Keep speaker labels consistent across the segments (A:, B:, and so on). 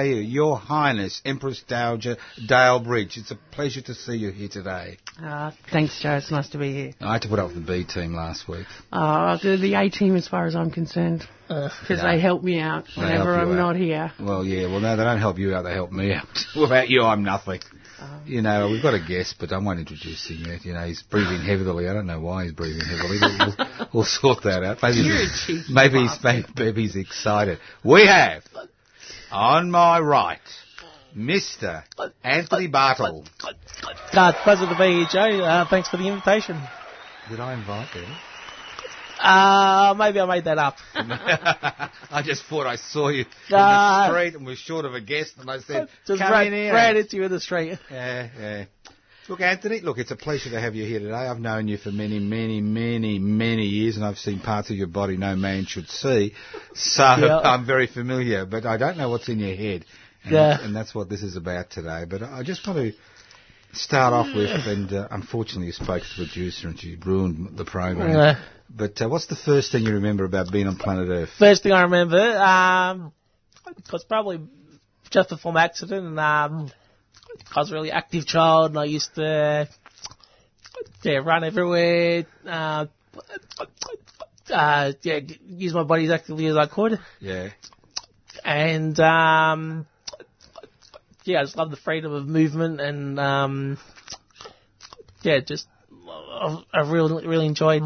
A: Your Highness, Empress Dowager Dale Bridge, it's a pleasure to see you here today.
B: Uh, thanks, Joe. It's nice to be here.
A: I had to put up with the B team last week.
B: Uh, the, the A team, as far as I'm concerned,
C: Uh,
B: because
A: Yeah.
B: they help me out
A: They
B: whenever
A: help you
B: I'm
A: out.
B: not here.
A: Well, yeah. Well, no, they don't help you out. They help me out. Without you, I'm nothing.
B: Oh.
A: You know, we've got a guest, but I won't introduce him yet. You know, he's breathing heavily. I don't know why he's breathing heavily. But we'll, we'll sort that out. Maybe
B: You're
A: he's,
B: a cheeky
A: maybe, he's, maybe, he's excited. We have on my right, Mister Anthony Bartle.
C: No, it's a pleasure to be here, Joe. Uh, thanks for the invitation.
A: Did I invite him?
C: Uh, maybe I made that up.
A: I just thought I saw you in
C: Ah.
A: the street and was short of a guest, and I said,
C: Just
A: "Come
C: ran,
A: in here."
C: ran into you in the street.
A: Yeah, yeah. Look, Anthony, look, it's a pleasure to have you here today. I've known you for many, many, many, many years, and I've seen parts of your body no man should see. So
C: Yeah.
A: I'm very familiar, but I don't know what's in your head. And,
C: Yeah.
A: and that's what this is about today. But I just want to start off with,
C: Mm.
A: and uh, unfortunately, you spoke to the producer and she ruined the program.
C: Yeah.
A: But uh, what's the first thing you remember about being on planet Earth?
C: First thing I remember, um, it was probably just before my accident, and um, I was a really active child, and I used to yeah, run everywhere, uh, uh, yeah, use my body as actively as I could.
A: Yeah.
C: and um, yeah, I just love the freedom of movement and um, yeah, just I've, I've really really enjoyed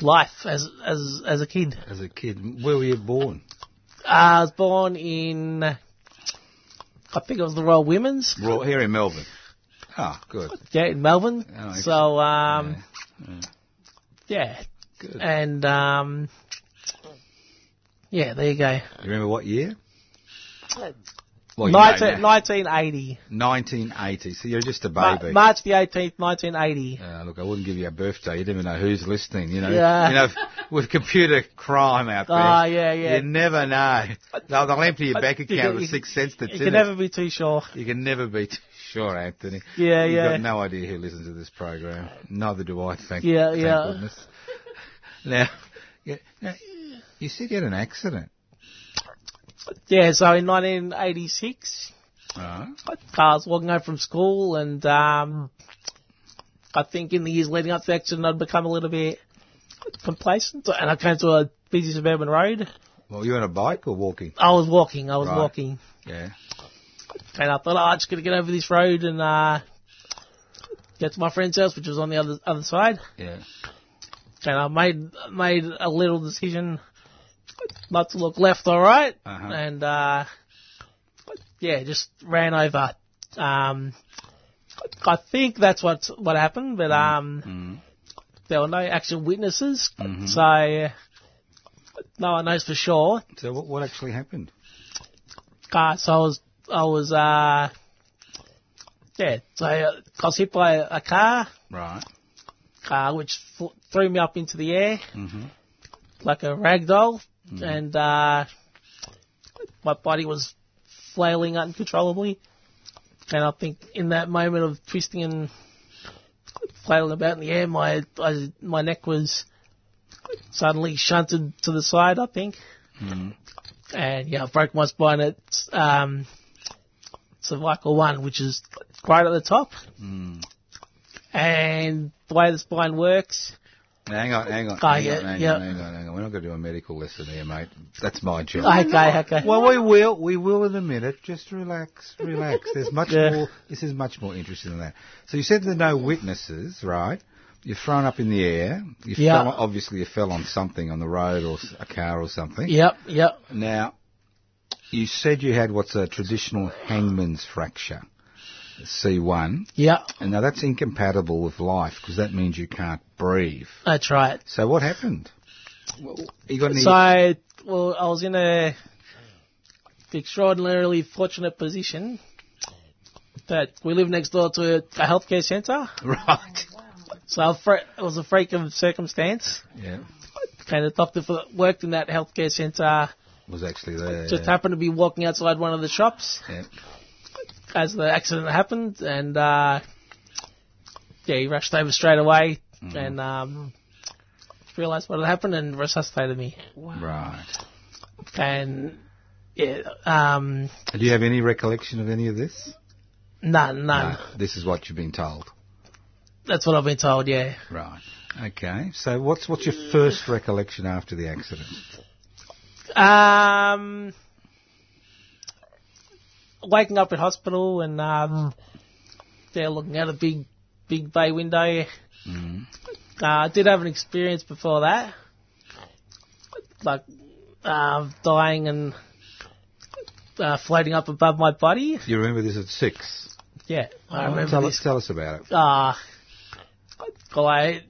C: life as as as a kid.
A: As a kid, where were you born?
C: I was born in I think it was the Royal Women's,
A: Well, here in Melbourne. Ah, good.
C: yeah, in Melbourne.
A: Oh, okay.
C: so um, yeah.
A: Good.
C: and um, yeah, there you go.
A: You remember what year? Well, Oh, you know,
C: 19, 1980.
A: 1980. So you're just a
C: Ma-
A: baby.
C: March the 18th, 1980.
A: Uh, look, I wouldn't give you a birthday. You never know who's listening. You know,
C: Yeah.
A: you know, with computer crime out there.
C: Ah, yeah, yeah.
A: You never know. They'll, they'll empty your
C: But
A: bank
C: you
A: account
C: can-
A: with
C: you-
A: six cents that's in
C: You can
A: it.
C: never be too sure.
A: You can never be too sure, Anthony.
C: Yeah,
A: You've
C: yeah.
A: got no idea who listens to this program. Neither do I, thank,
C: Yeah,
A: thank
C: yeah.
A: goodness. Now, you, now, you said you had an accident.
C: Yeah, so in 1986,
A: Right.
C: I was walking home from school, and um, I think in the years leading up to the accident, I'd become a little bit complacent, and I came to a busy suburban road.
A: Well, you on a bike or walking?
C: I was walking, I was
A: Right.
C: walking,
A: Yeah.
C: and I thought, oh, I'm just going to get over this road and uh, get to my friend's house, which was on the other other side.
A: Yeah.
C: And I made made a little decision not to look left or right,
A: Uh-huh.
C: and uh, yeah, just ran over. Um, I think that's what what happened, but um, there were no actual witnesses, so no one knows for sure.
A: So what, what actually happened?
C: Uh, so I was I was uh, yeah, so I was hit by a car.
A: Right.
C: uh, which fl- threw me up into the air
A: Mm-hmm.
C: like a rag doll, and uh, my body was flailing uncontrollably. And I think in that moment of twisting and flailing about in the air, my I, my neck was suddenly shunted to the side, I think. And yeah, I broke my spine at um, cervical one, which is right at the top. And the way the spine works,
A: Hang on, hang on,
C: Oh,
A: hang,
C: yeah,
A: on hang
C: yeah.
A: on, hang on, hang on. We're not going to do a medical lesson here, mate. That's my job.
C: okay, okay.
A: Well, we will. We will in a minute. Just relax, relax. There's much
C: Yeah.
A: more. This is much more interesting than that. So you said there are no witnesses, right? You're thrown up in the air. You
C: Yeah.
A: fell, obviously you fell on something on the road or s- a car or something.
C: Yep, yep.
A: Now, you said you had what's a traditional hangman's fracture, C1.
C: Yeah,
A: And now that's incompatible with life because that means you can't breathe.
C: that's right.
A: So what happened? Well, You got any?
C: So, I, well, I was in a extraordinarily fortunate position that we live next door to a, a healthcare centre.
A: right.
C: So I fre- it was a freak of circumstance.
A: Yeah.
C: And the doctor for, worked in that healthcare centre
A: Was actually there.
C: just happened to be walking outside one of the shops
A: Yeah.
C: as the accident happened, and uh, yeah, he rushed over straight away and um, realised what had happened and resuscitated me.
A: Right.
C: And yeah, um,
A: Do you have any recollection of any of this?
C: none, none.
A: This is what you've been told.
C: That's what I've been told. Yeah,
A: Right. Okay. So what's what's your first recollection after the accident?
C: um, waking up in hospital and
A: Hmm.
C: um, they're looking out a big, big bay window.
A: Hmm.
C: Uh, I did have an experience before that, like uh, dying and uh, floating up above my body.
A: You remember this at six?
C: Yeah, I
A: Oh, tell,
C: remember this
A: Us, tell us about it.
C: Ah, well, I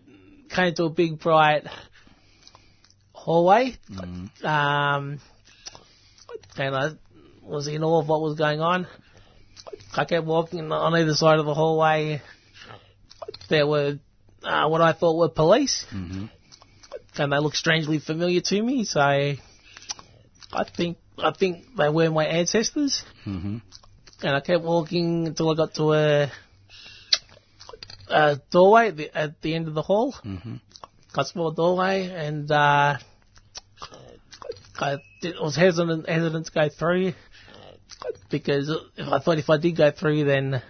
C: came to a big bright hallway, um, and I was in awe of what was going on. I kept walking on either side of the hallway. There were uh, what I thought were police, and they looked strangely familiar to me. So I think I think they were my ancestors. And I kept walking until I got to a uh, doorway at the, at the end of the hall. Mm-hmm. Got small doorway, and uh, I did- was hesitant, hesitant to go through because if I thought if I did go through, then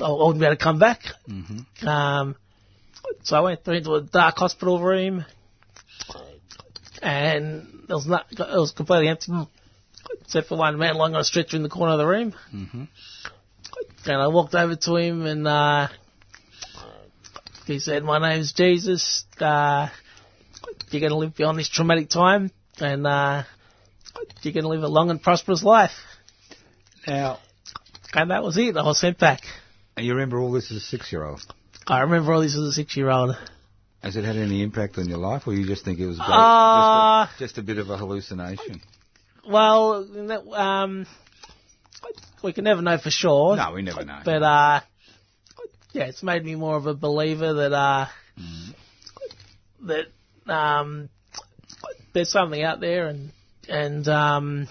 C: I wouldn't be able to come back. Mm-hmm. Um, so I went through into a dark hospital room, and it was not, it was completely empty. Except for one man lying on a stretcher in the corner of the room. And I walked over to him and uh, he said, My name's Jesus. Uh, you're going to live beyond this traumatic time and uh, you're going to live a long and prosperous life.
A: Now,
C: And that was it. I was sent back.
A: and you remember all this as a six-year-old.
C: I remember all this as a six year old.
A: Has it had any impact on your life, or you just think it was about-
C: Uh,
A: just, a, just a bit of a hallucination?
C: Well, in that, um, we can never know for sure.
A: No, we never know.
C: But uh, yeah, it's made me more of a believer that uh, that um, there's something out there, and and um,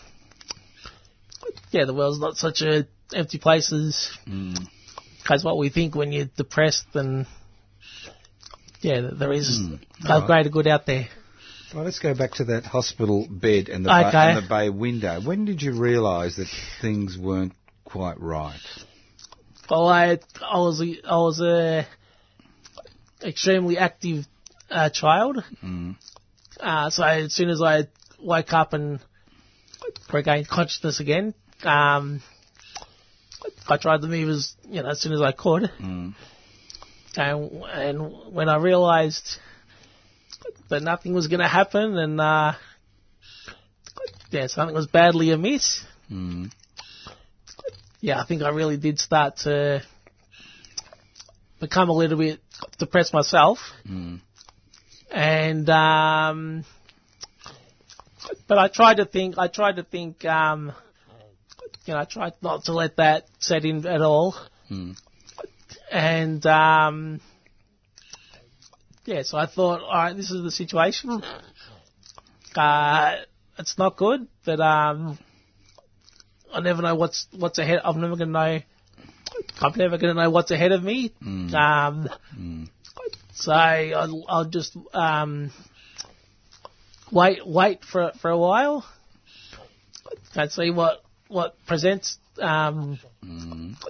C: yeah, the world's not such a empty place as
A: Hmm.
C: as what we think when you're depressed, and yeah, that there is a greater good out there.
A: Well, let's go back to that hospital bed and the,
C: Okay.
A: bay, and the bay window. When did you realise that things weren't quite right?
C: Well, I I was a, I was a extremely active uh, child. Uh, so as soon as I woke up and regained consciousness again, um, I tried to move as you know as soon as I could. And and when I realised that nothing was going to happen and uh, yeah something was badly amiss
A: Hmm.
C: yeah, I think I really did start to become a little bit depressed myself. And um but I tried to think I tried to think um you know, I tried not to let that set in at all. And um yeah, so I thought, all right, this is the situation. Uh it's not good, but um I never know what's what's ahead. I'm never gonna know I'm never going to know what's ahead of me. Um, So I'll, I'll just um, wait, wait for for a while, and see what what presents. Um,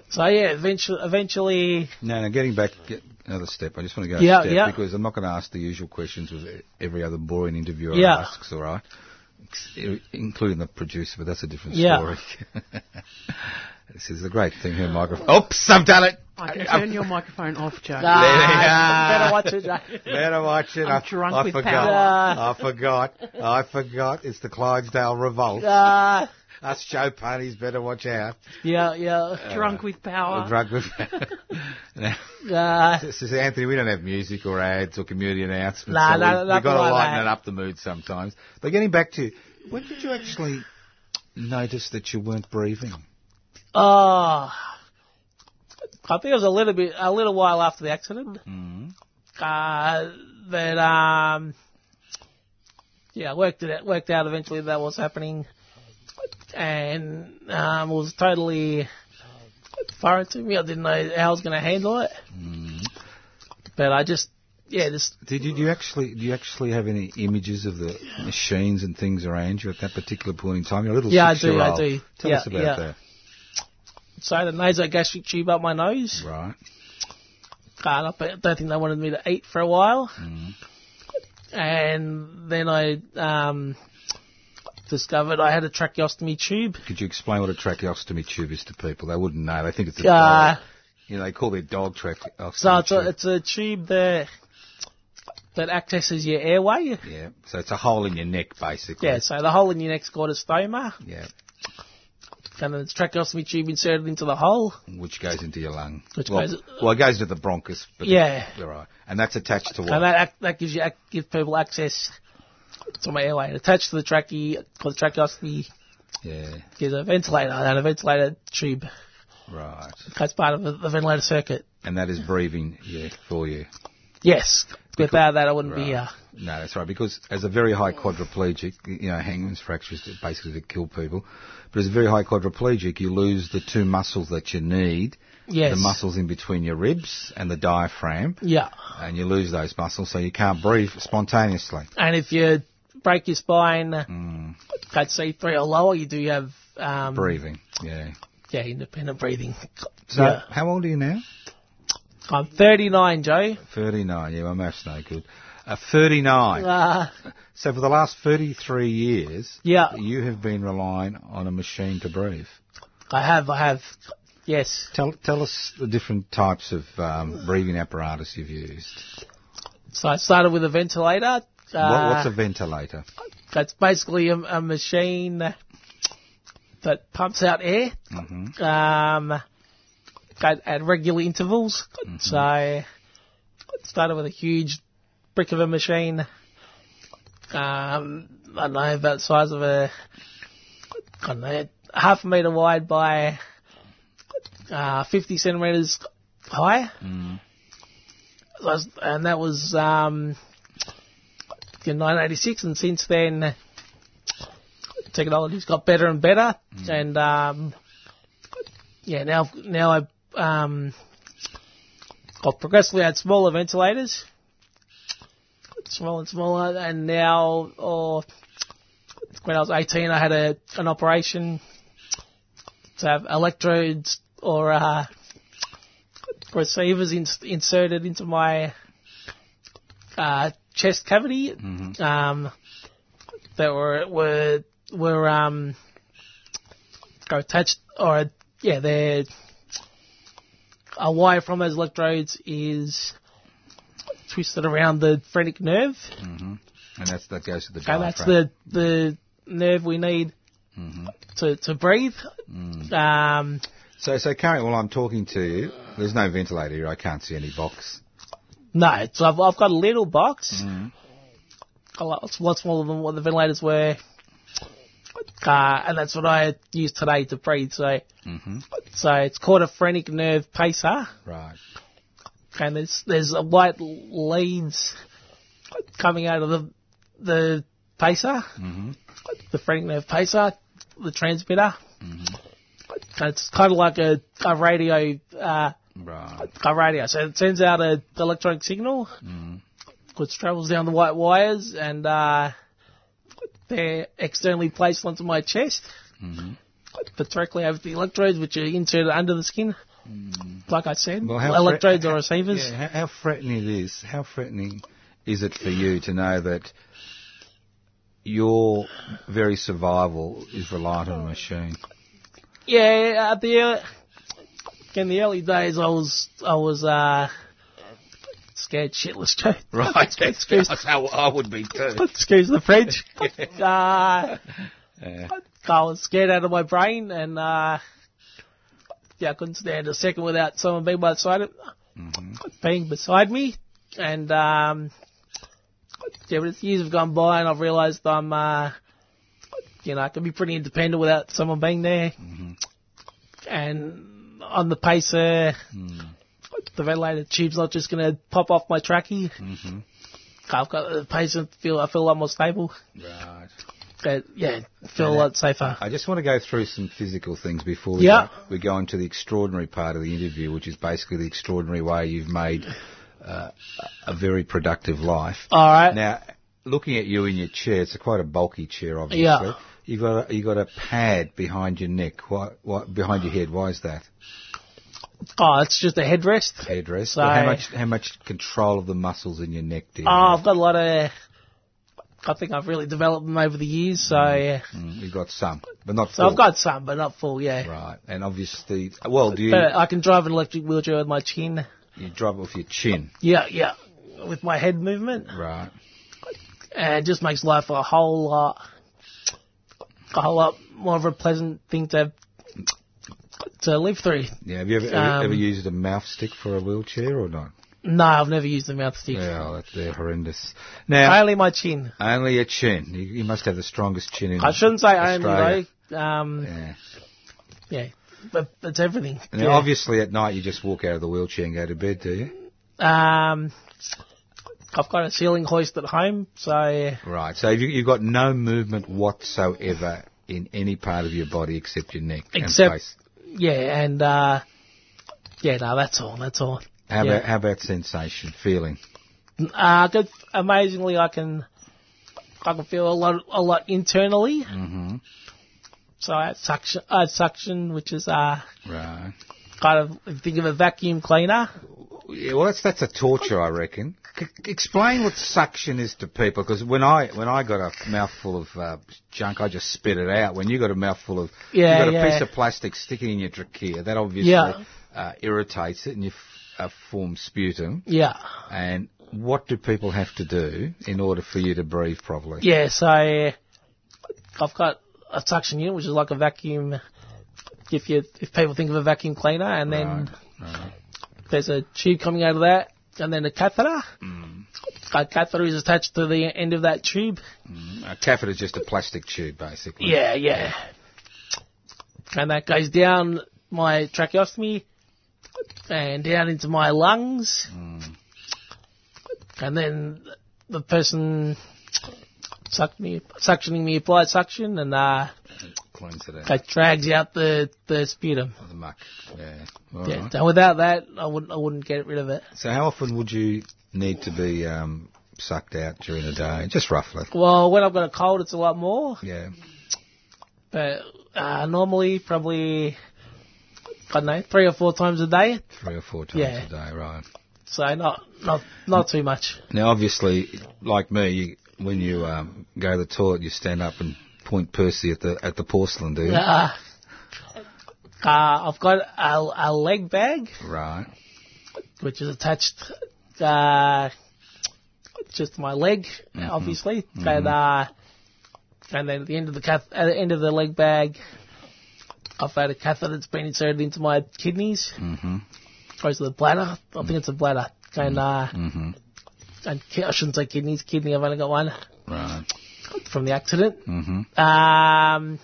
C: So yeah, eventually, eventually,
A: No, no, getting back get another step. I just want to go
C: Yeah,
A: a step
C: yeah.
A: because I'm not going to ask the usual questions with every other boring interviewer
C: Yeah.
A: asks, all right? Ex- i- Including the producer, but that's a different
C: Yeah.
A: story. this is a great thing here, microphone. Oops, I've done it.
B: I can turn your microphone off,
C: uh,
B: Joe.
C: ah,
A: There
C: better watch it.
A: Better watch it.
B: I'm
A: I,
B: drunk
A: I
B: with
A: forgot.
C: power.
A: I forgot. I forgot. It's the Clydesdale Revolt.
C: Uh,
A: Us show ponies better watch out.
C: yeah, yeah.
B: Drunk with power.
A: Drunk with now,
C: Uh,
A: this is Anthony. We don't have music or ads or community announcements.
C: Nah,
A: so we,
C: nah, nothing
A: have got to
C: like
A: lighten
C: that.
A: it up the mood sometimes. But getting back to when did you actually notice that you weren't breathing?
C: Oh, I think it was a little bit, a little while after the accident. Uh, that um, yeah, I worked it out, worked out eventually that was happening, and um, it was totally foreign to me. I didn't know how I was going to handle it, but I just, yeah, just
A: Did you, do you actually do you actually have any images of the machines and things around you at that particular point in time? You're a little
C: Yeah, I do,
A: six-year-old.
C: I do.
A: Tell
C: Yeah,
A: us about
C: yeah.
A: that.
C: so I had a nasogastric tube up my nose.
A: Right.
C: card up. I don't think they wanted me to eat for a while. And then I um, discovered I had a tracheostomy tube.
A: Could you explain what a tracheostomy tube is to people? They wouldn't know. They think it's a
C: Uh,
A: dog. You know, they call their dog tracheostomy
C: so it's
A: tube.
C: a, it's a tube that that accesses your airway.
A: yeah. So it's a hole in your neck, basically.
C: Yeah, so the hole in your neck's called a stoma,
A: Yeah.
C: and then it's tracheostomy tube inserted into the hole.
A: Which goes into your lung.
C: Which
A: well,
C: goes-
A: well, it goes into the bronchus. But
C: Yeah.
A: All right. And that's attached to what?
C: And that ac- that gives you ac- gives people access to my airway. And attached to the trache, called the tracheostomy,
A: yeah.
C: is a ventilator, and a ventilator tube.
A: Right.
C: That's part of the, the ventilator circuit.
A: And that is breathing, yeah, for you.
C: Yes. Without that, I wouldn't
A: Right.
C: be here.
A: No, that's right. Because as a very high quadriplegic, you know, hangman's fractures that basically that kill people. But as a very high quadriplegic, you lose the two muscles that you need.
C: Yes.
A: The muscles in between your ribs and the diaphragm.
C: Yeah.
A: and you lose those muscles, so you can't breathe spontaneously.
C: And if you break your spine
A: Mm.
C: at C3 or lower, you do have um,
A: Breathing, yeah.
C: Yeah, independent breathing.
A: So,
C: Yeah.
A: how old are you now?
C: I'm 39, Joe.
A: 39, yeah, my math's no good. Uh, 39.
C: Uh,
A: So, for the last 33 years,
C: Yeah.
A: you have been relying on a machine to breathe.
C: I have, I have. Yes.
A: Tell, tell us the different types of um, breathing apparatus you've used.
C: So I started with a ventilator.
A: what,
C: Uh,
A: what's a ventilator?
C: That's basically a, a machine that pumps out air um, at, at regular intervals. So I started with a huge brick of a machine. Um, I don't know, about the size of a I don't know, half a metre wide by uh, 50 centimetres high. So I was- And that was um, in 1986, and since then, technology's got better and better, and um, yeah, now now I um, got progressively had smaller ventilators, smaller and smaller, and now or when I was 18, I had a an operation to have electrodes or uh, receivers ins inserted into my uh, chest cavity um, that were were were um, are attached or yeah they're a wire from those electrodes is twisted around the phrenic nerve
A: And that's, that goes to the
C: and
A: diaphragm.
C: oh, that's the the nerve we need to to breathe um,
A: So, so currently, while I'm talking to you, there's no ventilator here. I can't see any box.
C: No, so I've, I've got a little box. A lot, it's a lot smaller than what the ventilators were. Uh, and that's what I use today to breathe. So, so it's called a phrenic nerve pacer,
A: Right.
C: and there's there's a white leads coming out of the the pacer, the phrenic nerve pacer, the transmitter, It's kind of like a, a radio, uh,
A: Right.
C: a radio. So it sends out a electronic signal,
A: Mm-hmm.
C: which travels down the white wires, and uh, they're externally placed onto my chest,
A: Mm-hmm.
C: but directly over the electrodes, which are inserted under the skin. Like I said,
A: Mm-hmm. Well, how
C: electrodes
A: thre-
C: are receivers.
A: Yeah, how, how threatening it is. How threatening is it for you to know that your very survival is reliant on a machine?
C: Yeah, at the ear- in the early days, I was I was uh, scared shitless. Joe.
A: Right. That's,
C: Excuse-
A: how I would be too.
C: Excuse the French. uh,
A: Yeah.
C: I was scared out of my brain, and uh, yeah, I couldn't stand a second without someone being beside it, being beside me. And um, yeah, but as years have gone by, and I've realised I'm, uh, you know, I can be pretty independent without someone being there. And on the pacer, the ventilator tube's not just going to pop off my trachea. I've got the pacer feel. I feel a lot more stable.
A: Right.
C: Uh, yeah, feel a lot safer.
A: I just want to go through some physical things before we,
C: Yeah.
A: go, we go into the extraordinary part of the interview, which is basically the extraordinary way you've made uh, a very productive life.
C: All right.
A: Now, looking at you in your chair, it's a quite a bulky chair, obviously.
C: Yeah.
A: You've got a, you got a pad behind your neck, why, why, behind your head. Why is that?
C: Oh, it's just a headrest.
A: Headrest.
C: So-
A: But how much how much control of the muscles in your neck do you
C: Oh,
A: have?
C: I've got a lot of. I think I've really developed them over the years, so yeah.
A: Mm, you've got some, but not
C: So
A: full.
C: I've got some, but not full, yeah.
A: right, and obviously, well, do you
C: But I can drive an electric wheelchair with my chin.
A: you drive off your chin?
C: Yeah, yeah. With my head movement,
A: Right.
C: and it just makes life a whole lot, a whole lot more of a pleasant thing to to live through.
A: Yeah, have you ever, ever,
C: Um,
A: ever used a mouth stick for a wheelchair or not?
C: No, I've never used the mouth stick.
A: Yeah, oh, that, they're horrendous. Now,
C: Only my chin.
A: only your chin. You, you must have the strongest chin in
C: I shouldn't say
A: Australia.
C: only though. Um,
A: Yeah.
C: yeah. but it's everything.
A: Now,
C: yeah.
A: obviously, at night you just walk out of the wheelchair and go to bed, do you?
C: Um, I've got a ceiling hoist at home, so
A: Right. So you, you've got no movement whatsoever in any part of your body except your neck and
C: Except-
A: face.
C: yeah, and uh, yeah, no, that's all, that's all.
A: How
C: yeah.
A: about how about sensation, feeling?
C: Uh, good, amazingly, I can I can feel a lot a lot internally. Mm-hmm. So I had suction, I had suction, which is uh,
A: Right.
C: kind of think of a vacuum cleaner.
A: Yeah, well, that's that's a torture, I reckon. C- explain what suction is to people, because when I when I got a mouthful of uh, junk, I just spit it out. When you got a mouthful of,
C: Yeah,
A: you got a
C: yeah.
A: piece of plastic sticking in your trachea, that obviously
C: Yeah.
A: uh, irritates it, and you f- uh, form sputum.
C: Yeah,
A: And what do people have to do in order for you to breathe properly?
C: yeah. So I've got a suction unit, which is like a vacuum. If you if people think of a vacuum cleaner, and then
A: Right, right.
C: there's a tube coming out of that, and then a catheter.
A: Mm.
C: A catheter is attached to the end of that tube.
A: A catheter is just a plastic tube, basically.
C: Yeah, yeah. And that goes down my tracheostomy and down into my lungs.
A: Mm.
C: And then the person sucked me, suctioning me applied suction, and uh,
A: Cleans it out.
C: that drags out the, the sputum.
A: The muck. Yeah. All
C: Yeah.
A: right.
C: And without that, I wouldn't I wouldn't get rid of it.
A: So how often would you need to be um, sucked out during the day? Just roughly.
C: Well, when I've got a cold, it's a lot more.
A: Yeah.
C: But uh, normally, probably, I don't know, three or four times a day.
A: Three or four times
C: Yeah.
A: a day, right.
C: So not not not too much.
A: Now, obviously, like me, you, when you um, go to the toilet, you stand up and point Percy at the at the porcelain, do you?
C: Uh, uh, I've got a, a leg bag
A: Right.
C: which is attached uh, just to my leg,
A: Mm-hmm.
C: obviously, and uh, and then at the end of the cath- at the end of the leg bag, I've had a catheter that's been inserted into my kidneys, Oh,
A: Mm-hmm.
C: goes to the bladder. I think it's a bladder, and uh,
A: Mm-hmm.
C: and ki- I shouldn't say kidneys, kidney. I've only got one
A: Right.
C: from the accident.
A: Mm-hmm.
C: Um,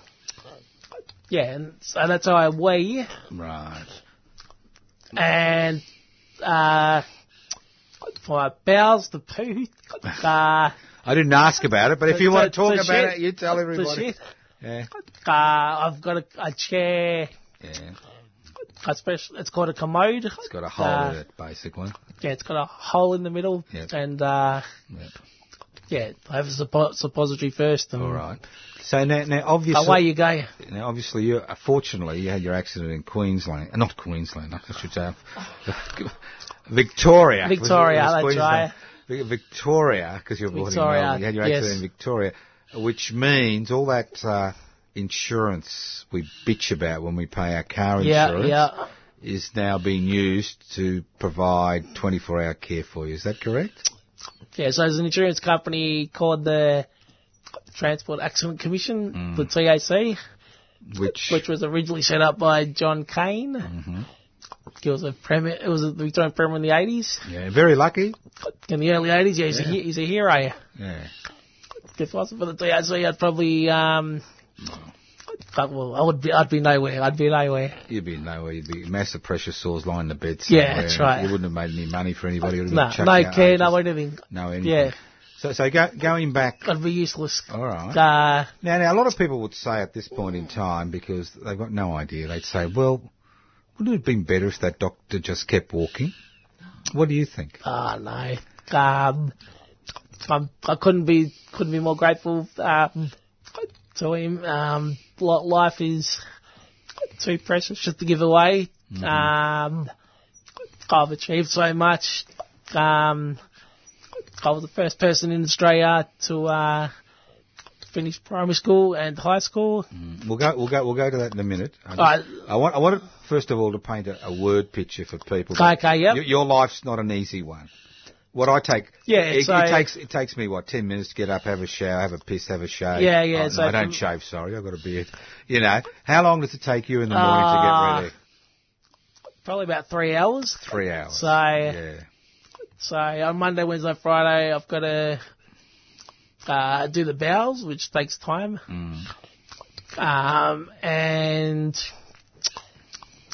C: yeah, and so that's how I weigh.
A: Right.
C: And uh, for my bowels, the poo, uh,
A: I didn't ask about it, but if you
C: The-
A: want
C: the-
A: to talk
C: the
A: about it,
C: shit.
A: you tell
C: the
A: everybody.
C: shit.
A: Yeah.
C: Uh, I've got a, a chair
A: Yeah.
C: A special, it's called a commode. Uh,
A: It's got a hole in it, basically.
C: Yeah, it's got a hole in the middle,
A: Yep.
C: and uh,
A: Yep.
C: yeah, I have a suppo- suppository first, and
A: All right. So now, now obviously,
C: away you go.
A: now obviously, you uh, fortunately you had your accident in Queensland, uh, not Queensland, I should say, Victoria. Was it-
C: Victoria,
A: was
C: that's
A: Queensland? Vi- Victoria, because you're born in
C: Victoria,
A: Melbourne, you had your
C: yes.
A: accident in Victoria, which means all that uh, insurance we bitch about when we pay our car
C: Yeah,
A: insurance
C: yeah,
A: is now being used to provide 24-hour care for you. Is that correct?
C: yeah. So there's an insurance company called the Transport Accident Commission,
A: Mm.
C: the TAC,
A: Which,
C: which was originally set up by John Cain.
A: Mm-hmm.
C: He was a premier. It was a Victorian premier in the 80s.
A: yeah, very lucky.
C: In the early 80s, yeah, he's, A, he- he's a hero.
A: Yeah.
C: If it wasn't for the TAC, I'd probably um, I, well, I would be, I'd be nowhere. I'd be nowhere.
A: You'd be nowhere. You'd be massive pressure sores lying in the bed.
C: Yeah,
A: somewhere.
C: that's right.
A: You wouldn't have made any money for anybody. You would
C: No,
A: have been chucked
C: no
A: out
C: care,
A: just
C: no anything.
A: no anything.
C: Yeah,
A: So, so go, going back.
C: I'd be useless.
A: All right.
C: Uh,
A: Now, now, a lot of people would say at this point in time because they've got no idea. They'd say, "Well, wouldn't it have been better if that doctor just kept walking?" What do you think?
C: oh no. Um, I'm, I couldn't be couldn't be more grateful um, to him. Um, li- life is too precious just to give away. Um, I've achieved so much. Um, I was the first person in Australia to uh, finish primary school and high school.
A: We'll go. We'll go. We'll go to that in a minute. I, just-
C: Alright.
A: I want. I want to, first of all to paint a, a word picture for people.
C: Okay, yep.
A: Your, your life's not an easy one. What I take,
C: Yeah,
A: it,
C: so-
A: it takes it takes me what ten minutes to get up, have a shower, have a piss, have a shave.
C: Yeah, yeah,
A: Oh,
C: so
A: no, I don't
C: from-
A: shave. Sorry, I've got a beard. You know, how long does it take you in the morning to
C: Ah.
A: get ready?
C: Probably about three hours.
A: Three hours.
C: So
A: yeah,
C: So on Monday, Wednesday, Friday, I've got to uh, do the bowels, which takes time. Um, and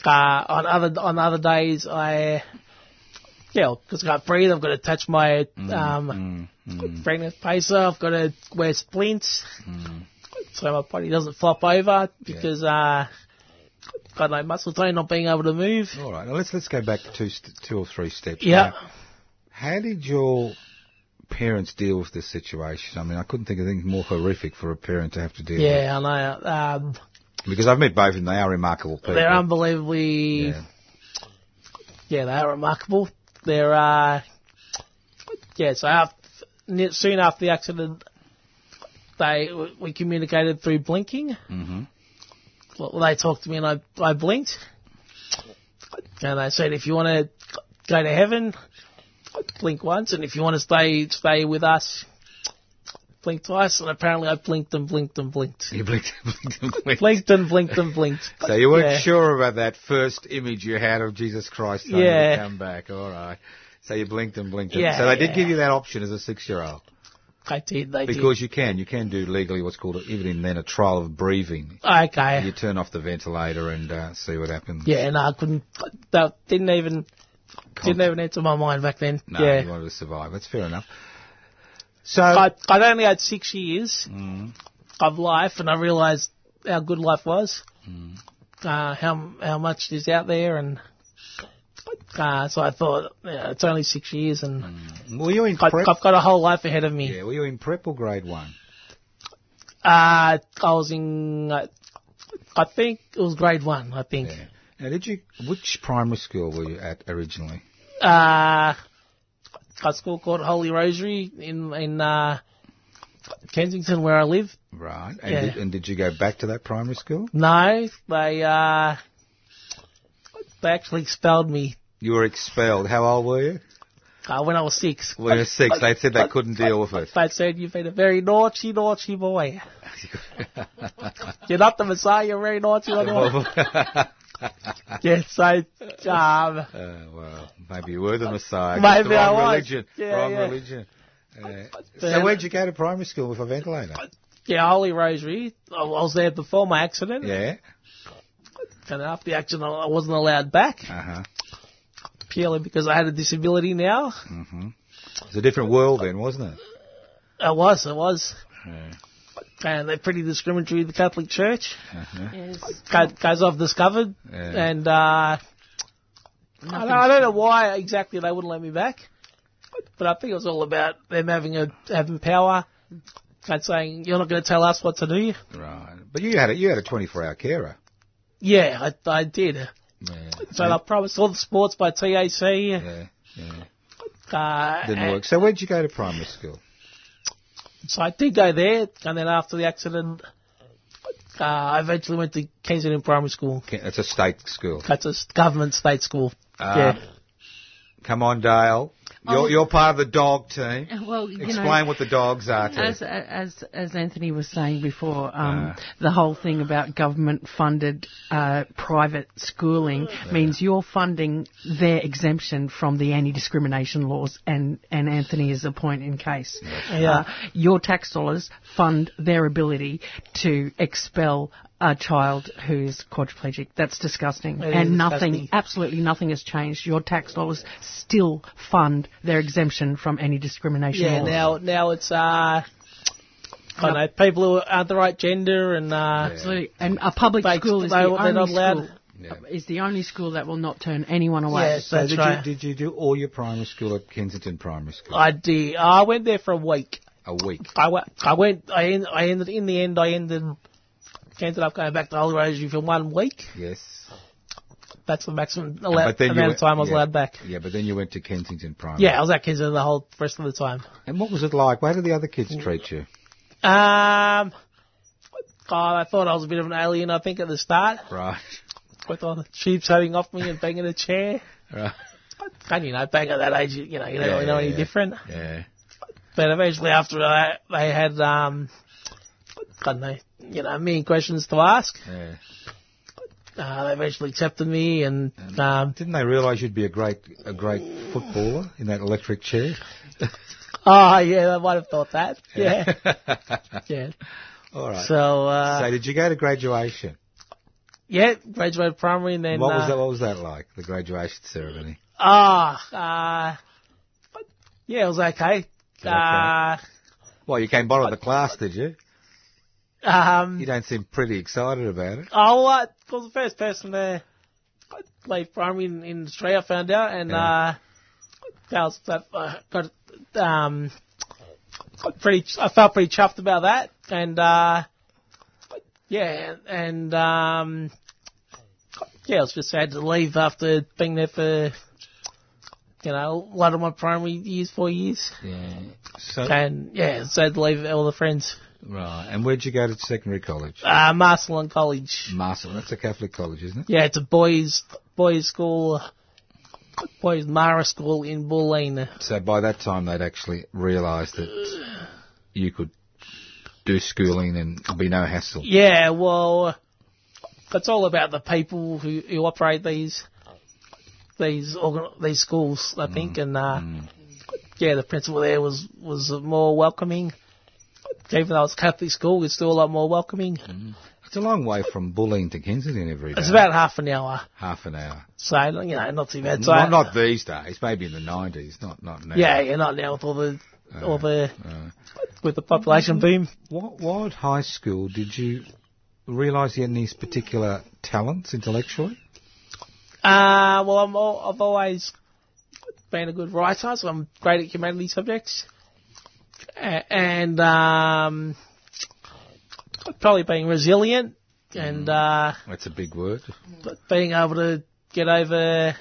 C: uh, on other on other days, I yeah, because I can't breathe, I've got to touch my um, pregnant pacer. I've got to wear splints so my body doesn't flop over because uh, got no muscle tone, not being able to move.
A: all right. Now let's let's go back to two st- two or three steps.
C: Yeah.
A: Now, how did your parents deal with this situation? I mean, I couldn't think of anything more horrific for a parent to have to deal with.
C: Yeah, I know. Um,
A: Because I've met both of them. They are remarkable people.
C: They're unbelievably,
A: Yeah.
C: yeah. they are remarkable. They're, uh, yeah, so after, soon after the accident, they, we communicated through blinking. Mm-hmm. Well, they talked to me and I, I blinked. And they said, if you want to go to heaven, blink once. And if you want to stay, stay with us, blink twice. And apparently I blinked and blinked and blinked.
A: You blinked, blinked, and blinked.
C: Blinked and blinked and blinked.
A: So you weren't
C: Yeah.
A: sure about that first image you had of Jesus Christ starting
C: Yeah.
A: to come back. All right. So you blinked and blinked. and-
C: Yeah,
A: so they did
C: yeah.
A: give you that option as a six-year-old
C: I did. They
A: because you can. You can do legally what's called, even in then, a trial of breathing.
C: did. Okay.
A: You turn off the ventilator and uh, see what happens.
C: yeah, and I couldn't. That didn't even
A: Contact-
C: didn't even enter my mind back then.
A: No, you
C: yeah.
A: wanted to survive. That's fair enough. So
C: I I'd only had six years
A: Mm.
C: of life, and I realised how good life was,
A: Mm.
C: uh, how how much is out there, and uh, so I thought yeah, it's only six years, and
A: were you in
C: I, I've
A: prep?
C: got a whole life ahead of me.
A: Mm. Yeah, were you in prep or grade one?
C: Uh, I was in, uh, I think it was grade one. I think.
A: Yeah. Now, did you? Which primary school were you at originally?
C: uh, a school called Holy Rosary in in uh, Kensington where I live.
A: Right. And,
C: Yeah.
A: did, and did you go back to that primary school?
C: No, they uh, they actually expelled me
A: You were expelled. How old were you?
C: uh, when I was six.
A: When you were six, they said they couldn't deal with it.
C: They said you've been a very naughty, naughty boy. You're not the Messiah. You're very naughty. Naughty. boy. yeah, so um,
A: Uh, well, maybe you were the Messiah.
C: Maybe
A: Just the wrong
C: I was.
A: religion.
C: Yeah,
A: wrong
C: yeah.
A: religion. Uh, so
C: Then-
A: where'd you go to primary school with a ventilator?
C: yeah, Holy Rosary. I was there before my accident,
A: Yeah.
C: and after the accident, I wasn't allowed back.
A: Uh huh.
C: purely because I had a disability now.
A: Mm-hmm. It's a different world then, wasn't it?
C: It was, it was. and they're pretty discriminatory. The Catholic Church,
B: Yes.
C: Guys- guys I've discovered,
A: Uh-huh. Yeah.
C: and uh, I, don't, I don't know why exactly they wouldn't let me back, but I think it was all about them having a having power and saying you're not going to tell us what to do.
A: Right. But you had a, you had a 24 hour carer.
C: Yeah, I, I did.
A: Yeah.
C: So I promised all the sports by TAC.
A: yeah, yeah.
C: Uh,
A: Didn't
C: and-
A: work. So where'd you go to primary school?
C: So I did go there, and then after the accident, uh, I eventually went to Kensington Primary School.
A: Ca- It's a state school.
C: That's a s- government state school.
A: Ah.
C: yeah.
A: Come on, Dale. You're,
B: Oh.
A: you're part of the dog
C: Oh,
A: team.
B: Well, you
A: Explain
B: know,
A: what the dogs are to
B: As, as as Anthony was saying before,
C: Uh.
B: um, the whole thing about government-funded uh, private schooling means you're funding their exemption from the anti-discrimination laws, and and Anthony is a point in case.
C: Yeah.
B: Uh, your tax dollars fund their ability to expel a child who is quadriplegic. That's disgusting,
C: It
B: and
C: is
B: nothing,
C: disgusting.
B: absolutely nothing has changed. Your tax dollars still fund their exemption from any discrimination
C: Yeah,
B: laws.
C: now now it's, uh, I don't know, people who aren't the right gender and, uh,
B: Absolutely. And a public
C: They-
B: school is
C: they-
B: the
C: they're not
B: only
C: allowed-
B: school
A: Yeah.
B: is the only school that will not turn anyone away.
C: Yes.
A: So
C: That's
A: did
C: right.
A: you did you do all your primary school at Kensington Primary School?
C: I did. I went there for a week.
A: a week.
C: I went, I went, I, end, I ended, in the end, I ended, ended up going back to Old Rosary for one week.
A: Yes.
C: That's the maximum allow-
A: But then you
C: amount
A: went-
C: of time I was
A: yeah.
C: allowed back.
A: Yeah, but then you went to Kensington Primary.
C: Yeah, I was at Kensington the whole rest of the time.
A: And what was it like? How did the other kids treat you?
C: Um, God, I thought I was a bit of an alien. I think at the start,
A: Right.
C: with all the sheep showing off me and banging a chair,
A: Right.
C: and you know, bang at that age, you you know, you don't
A: Yeah,
C: really know
A: yeah,
C: any
A: yeah.
C: different.
A: Yeah.
C: But eventually, after that, they had um, I don't know, you know, a million questions to ask.
A: Yeah.
C: Uh, they eventually accepted me, and um,
A: Didn't they realise you'd be a great a great footballer in that electric chair?
C: oh yeah, I might have thought that. Yeah, yeah.
A: All right. So,
C: So uh,
A: did you go to graduation?
C: yeah, graduated primary, and then
A: what
C: uh,
A: was that? What was that like? The graduation ceremony.
C: Ah, uh, but, yeah, it was okay. Uh,
A: Well, you came bottom of the class, did you? You
C: um,
A: don't seem pretty excited about it.
C: oh, uh, I was the first person to leave primary in, in Australia, I found out, and,
A: Yeah.
C: uh, that was, that, uh, got, um, got pretty, I felt pretty chuffed about that, and, uh, yeah, and, um, yeah, it was just sad to leave after being there for, you know, a lot of my primary years, four years.
A: Yeah. So,
C: And yeah, so I'd leave all the friends.
A: Right. And where'd you go to secondary college?
C: Uh, Marcelin College.
A: Marcel. That's a Catholic college, isn't it?
C: Yeah, it's a boys boys school, boys Mara school in Bulleen.
A: So by that time, they'd actually realised that you could do schooling and be no hassle.
C: Yeah, well, it's all about the people who, who operate these these organ- these schools, I think, and uh, yeah, the principal there was was more welcoming. Even though it's Catholic school, it's still a lot more welcoming.
A: It's a long way from Bulleen to Kensington every day.
C: It's about half an hour,
A: half an hour.
C: so you know, not too bad. So I-
A: Not, not these days. Maybe in the nineties. Not not now.
C: Yeah, yeah, not now with all the all the
A: uh.
C: with the population boom.
A: What, why at high school did you realise you had these particular talents intellectually?
C: Uh well, I'm all, I've always been a good writer, so I'm great at humanities subjects, A- and um, probably being resilient and uh,
A: That's a big word.
C: being able to get over,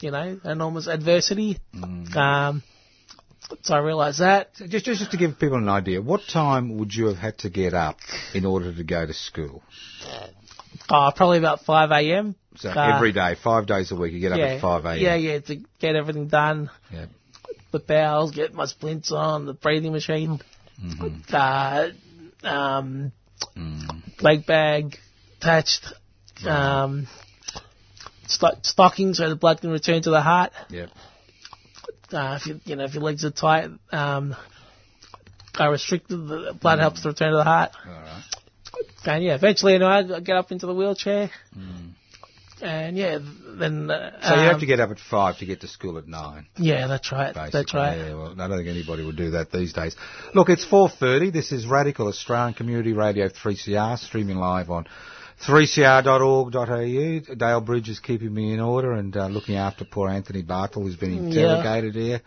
C: you know, enormous adversity. Um, so I realised that.
A: So just, just just to give people an idea, what time would you have had to get up in order to go to school?
C: Oh, probably about five a.m.
A: So
C: Uh,
A: every day, five days a week, you get up at five a.m.
C: Yeah, yeah, to get everything done.
A: Yeah.
C: The bowels, get my splints on, the breathing machine,
A: Mm-hmm.
C: uh, um,
A: Mm,
C: leg bag attached, um, sto- stocking so the blood can return to the heart.
A: Yeah.
C: Uh, if you, you know, if your legs are tight, um, are restricted, the blood helps to return to the heart.
A: All right.
C: And yeah, eventually, you know, I get up into the wheelchair. and yeah, then. Uh,
A: Mm. So you have
C: um,
A: to get up at five to get to school at nine.
C: Yeah, that's right.
A: Basically.
C: That's right.
A: Yeah, well, I don't think anybody would do that these days. Look, it's 4.30. This is Radical Australian Community Radio 3CR, streaming live on 3cr.org.au. Dale Bridge is keeping me in order and uh, looking after poor Anthony Bartle, who's been interrogated here.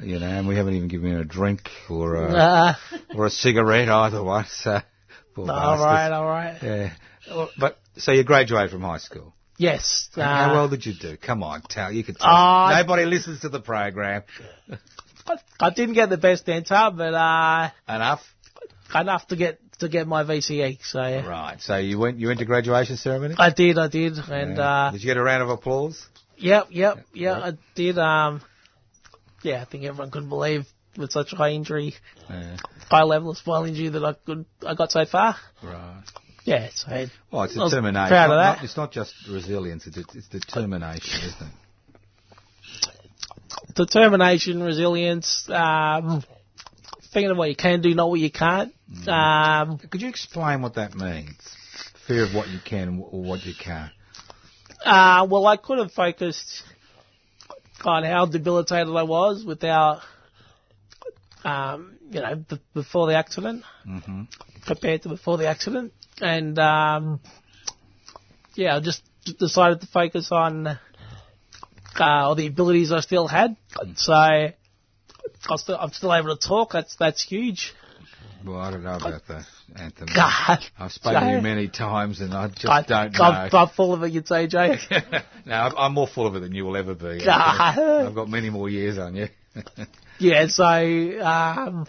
A: You know, and we haven't even given him a drink or a,
C: Uh,
A: or a cigarette either one. So, poor
C: all right,
A: bastards.
C: all right.
A: Yeah. Well, But, so you graduated from high school.
C: Yes. Uh,
A: How well did you do? Come on, tell. You could tell.
C: Uh,
A: Nobody listens to the program.
C: I, I didn't get the best answer, but uh,
A: Enough.
C: enough to get to get my VCE. So yeah.
A: Right. So you went you went to graduation ceremony?
C: I did, I did, and uh,
A: Did you get a round of applause?
C: yep, yep, yeah, I did. Um, yeah, I think everyone couldn't believe with such high injury,
A: Yeah.
C: high level of spinal injury that I could I got so far.
A: Right.
C: Yeah, so
A: Well, it's
C: I was
A: determination. It's
C: proud
A: not,
C: of that.
A: not- it's not just resilience. It's, it's determination, isn't it?
C: determination, resilience, um, thinking of what you can do, not what you can't.
A: Mm-hmm.
C: Um,
A: Could you explain what that means? Fear of what you can or what you can't.
C: uh, well, I could have focused on how debilitated I was without, um, you know, b- before the accident,
A: hmm
C: compared to before the accident, and um, yeah, I just d- decided to focus on uh, all the abilities I still had.
A: Mm.
C: So. I still, I'm still able to talk. That's that's huge.
A: Well, I don't know about that, Anthony.
C: God,
A: I've spoken to you
C: Jay.
A: many times, and I just
C: I,
A: don't know.
C: I'm, I'm full of it, you'd say, Jay.
A: no, I'm I'm more full of it than you will ever be.
C: God.
A: I've got many more years on you.
C: yeah, so, um,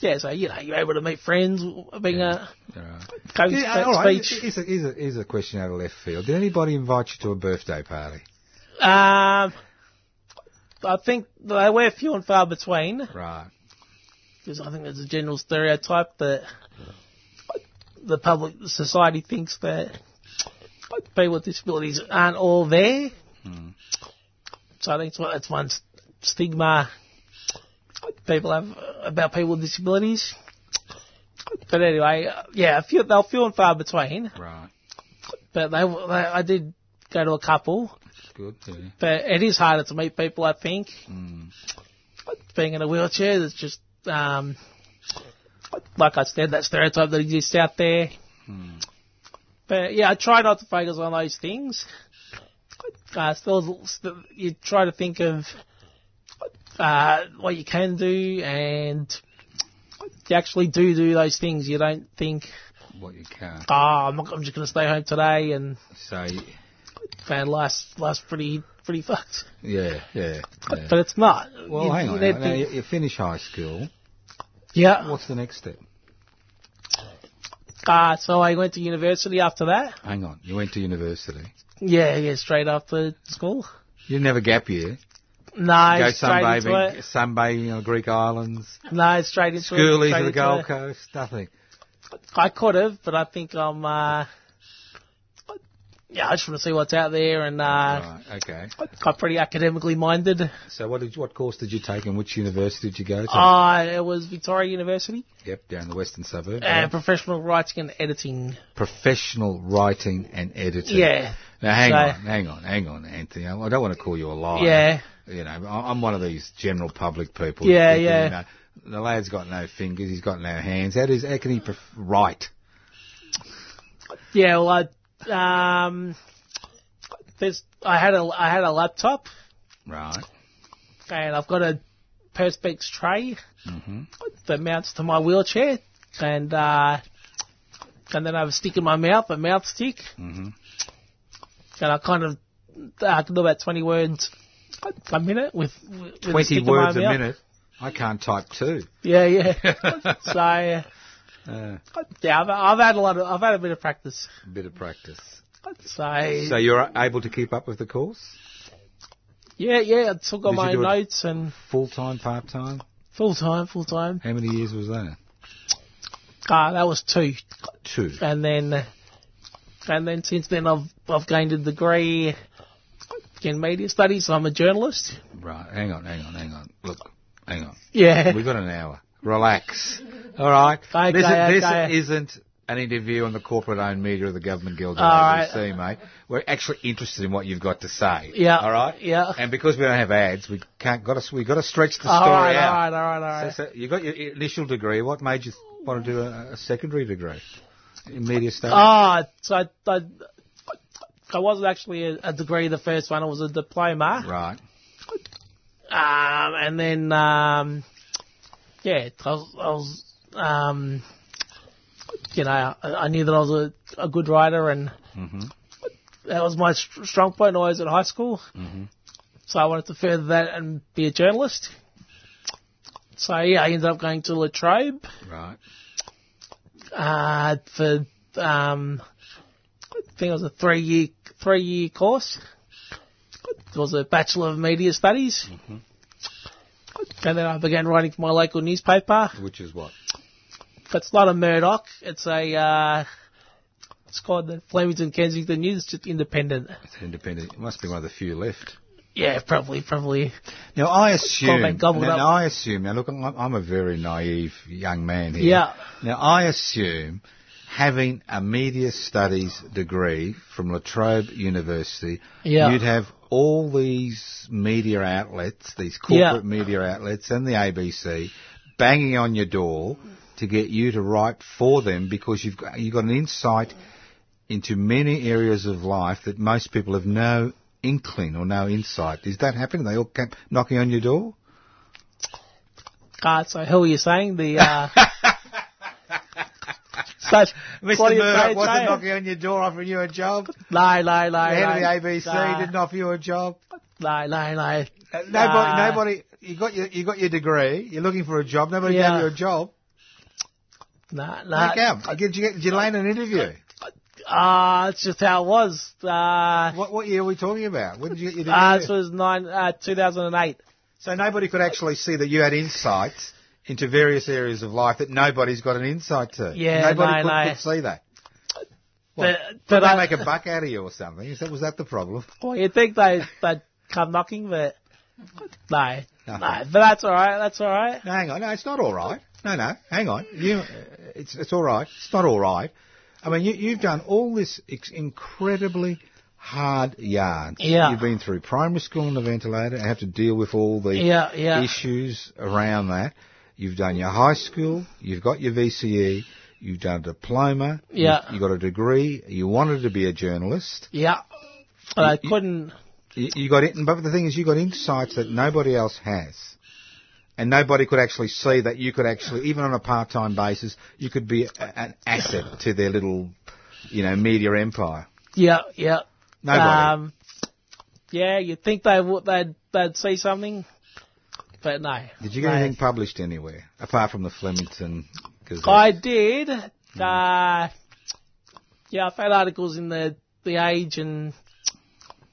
C: yeah, so, you know, you're able to meet friends, being
A: Alright.
C: a coach
A: Yeah, all right.
C: speech.
A: Here's a, here's, a, here's a question out of left field. Did anybody invite you to a birthday party?
C: Um, I think they were few and far between,
A: Right.
C: because I think there's a general stereotype that the public society thinks that people with disabilities aren't all there.
A: Mm.
C: So I think it's one- that's one s- stigma people have about people with disabilities. But anyway, uh, yeah, a few, they're few and far between.
A: Right.
C: But they, were- they, I did go to a couple.
A: Good. Yeah.
C: But it is harder to meet people, I think.
A: Mm.
C: Being in a wheelchair, it's just, um, like I said, that stereotype that exists out there.
A: Mm.
C: But yeah, I try not to focus on those things. Uh, still, still, you try to think of uh, what you can do, and you actually do do those things. You don't think,
A: What you can.
C: oh, I'm, not, I'm just going to stay home today, and
A: So, y-
C: man, life's life's pretty pretty fucked.
A: yeah, yeah. yeah.
C: But it's not.
A: Well,
C: You-
A: hang
C: you
A: on.
C: need
A: Now,
C: to-
A: now you, you finish high school.
C: yeah.
A: What's the next step?
C: Uh, so I went to university after that.
A: Hang on. You went to university.
C: Yeah, yeah, straight after school.
A: You didn't have a gap year.
C: No,
A: Go
C: straight into
A: sunbathing,
C: it.
A: sunbathing on Greek islands,
C: No, straight into it.
A: schoolies
C: straight
A: to the
C: into
A: Gold
C: it.
A: Coast, nothing.
C: I could have, but I think I'm. Uh, yeah, I just want to see what's out there, and uh,
A: Right, okay.
C: I'm pretty academically minded.
A: So what did you, what course did you take and which university did you go to?
C: Uh, it was Victoria University,
A: yep, down the western suburb.
C: and professional writing and editing.
A: Professional writing and editing.
C: Yeah,
A: Now hang
C: So-
A: on, hang on, hang on, Anthony. I I don't want to call you a liar.
C: yeah,
A: You know, I- I'm one of these general public people.
C: Yeah,
A: You
C: yeah.
A: know, the lad's got no fingers. He's got no hands. How does how can he pref- write?
C: yeah. Well, I um, there's I had a I had a laptop,
A: Right.
C: and I've got a Perspex tray
A: hmm
C: that mounts to my wheelchair, and uh, and then I have a stick in my mouth, a mouth stick.
A: hmm
C: and I kind of I can do about twenty words a minute with, with a stick
A: Twenty
C: in my
A: words a
C: mouth.
A: minute. I can't type two.
C: Yeah, yeah. so uh,
A: Uh,
C: yeah, I've, I've had a lot of I've had a bit of practice.
A: bit of practice.
C: So,
A: So you're able to keep up with the course,
C: yeah, yeah, I took
A: Did
C: on
A: you
C: my
A: do it-
C: notes and
A: full time, part time.
C: full time, full time.
A: How many years was that?
C: Uh, that was two,
A: Two.
C: and then and then since then I've I've gained a degree in media studies. I'm a journalist.
A: Right. Hang on. Hang on. Hang on. Look. Hang on.
C: Yeah,
A: We've got an hour. Relax. All right.
C: Okay,
A: this is, this
C: okay.
A: isn't an interview on the corporate-owned media of the government guild
C: All right.
A: see, mate. We're actually interested in what you've got to say.
C: Yeah.
A: All right.
C: Yeah.
A: And because we don't have ads, we can't. Got to. We got to stretch the story
C: all right,
A: out.
C: all right, all right, all right.
A: So, so you got your initial degree. What made you want to do a, a secondary degree in media studies?
C: Ah, so I, I, I wasn't actually a, a degree the first one. It was a diploma.
A: Right.
C: Um, and then, um, yeah, I was, I was um, you know, I, I knew that I was a, a good writer and that was my str strong point when I was at high school. So I wanted to further that and be a journalist. So yeah, I ended up going to La Trobe.
A: Right.
C: uh, for um, I think it was a three year three year course. It was a Bachelor of Media Studies,
A: Mm-hmm.
C: and then I began writing for my local newspaper.
A: Which is what?
C: It's not a Murdoch. It's a uh, it's called the Flemington Kensington News. It's just independent.
A: It's independent. It must be one of the few left.
C: Yeah, probably, probably.
A: Now I assume.
C: Comment gobbled
A: now,
C: up.
A: now I assume. Now look, I'm, I'm a very naive young man here.
C: Yeah.
A: Now I assume having a media studies degree from La Trobe University,
C: Yeah.
A: you'd have all these media outlets, these
C: Yeah.
A: corporate media outlets, and the ABC banging on your door to get you to write for them because you've got, you've got an insight into many areas of life that most people have no inkling or no insight. Is that happening? They all kept knocking on your door?
C: God, Uh, so who are you saying the? Uh, so, what
A: Mr.
C: do you say,
A: Murdoch
C: Jay?
A: wasn't knocking on your door offering you a job.
C: No, no, no.
A: The head
C: no.
A: of the ABC
C: Nah.
A: didn't offer you a job.
C: No, no, no.
A: Uh, Nobody,
C: Nah.
A: nobody. You got your, you got your degree. You're looking for a job. Nobody gave
C: Yeah.
A: you a job.
C: Nah,
A: How
C: nah.
A: come? Did you get? Did you land an interview?
C: Ah, it's just how it was. Uh,
A: What, what year are we talking about? When did you get your degree?
C: uh, this was nine, uh, 2008.
A: so nobody could actually see that you had insights into various areas of life that nobody's got an insight to.
C: Yeah,
A: nobody
C: no,
A: could,
C: no.
A: could see that. What?
C: But,
A: Did
C: but
A: they
C: I,
A: make a buck out of you or something? Is that, was that the problem?
C: well, you'd think they, they'd come knocking, but no, no.
A: Nothing.
C: But that's alright, that's alright.
A: No, hang on. No, it's not all right. No, no, hang on. You, uh, it's it's all right. It's not all right. I mean, you, you've done all this ex- incredibly hard yarn.
C: Yeah.
A: You've been through primary school on the ventilator and have to deal with all the
C: Yeah, yeah.
A: issues around that. You've done your high school. You've got your VCE. You've done a diploma.
C: Yeah.
A: You've, you got a degree. You wanted to be a journalist.
C: Yeah. But I
A: You-
C: couldn't,
A: You, you got it. But the thing is, you got insights that nobody else has. And nobody could actually see that you could actually, even on a part-time basis, you could be a, an asset to their little, you know, media empire.
C: yeah, yeah.
A: Nobody.
C: Um, yeah, you'd think they would, they'd, they'd see something, but no.
A: Did you get
C: no.
A: anything published anywhere apart from the Flemington? Gazette?
C: I did. Uh, yeah, I've had articles in the the Age and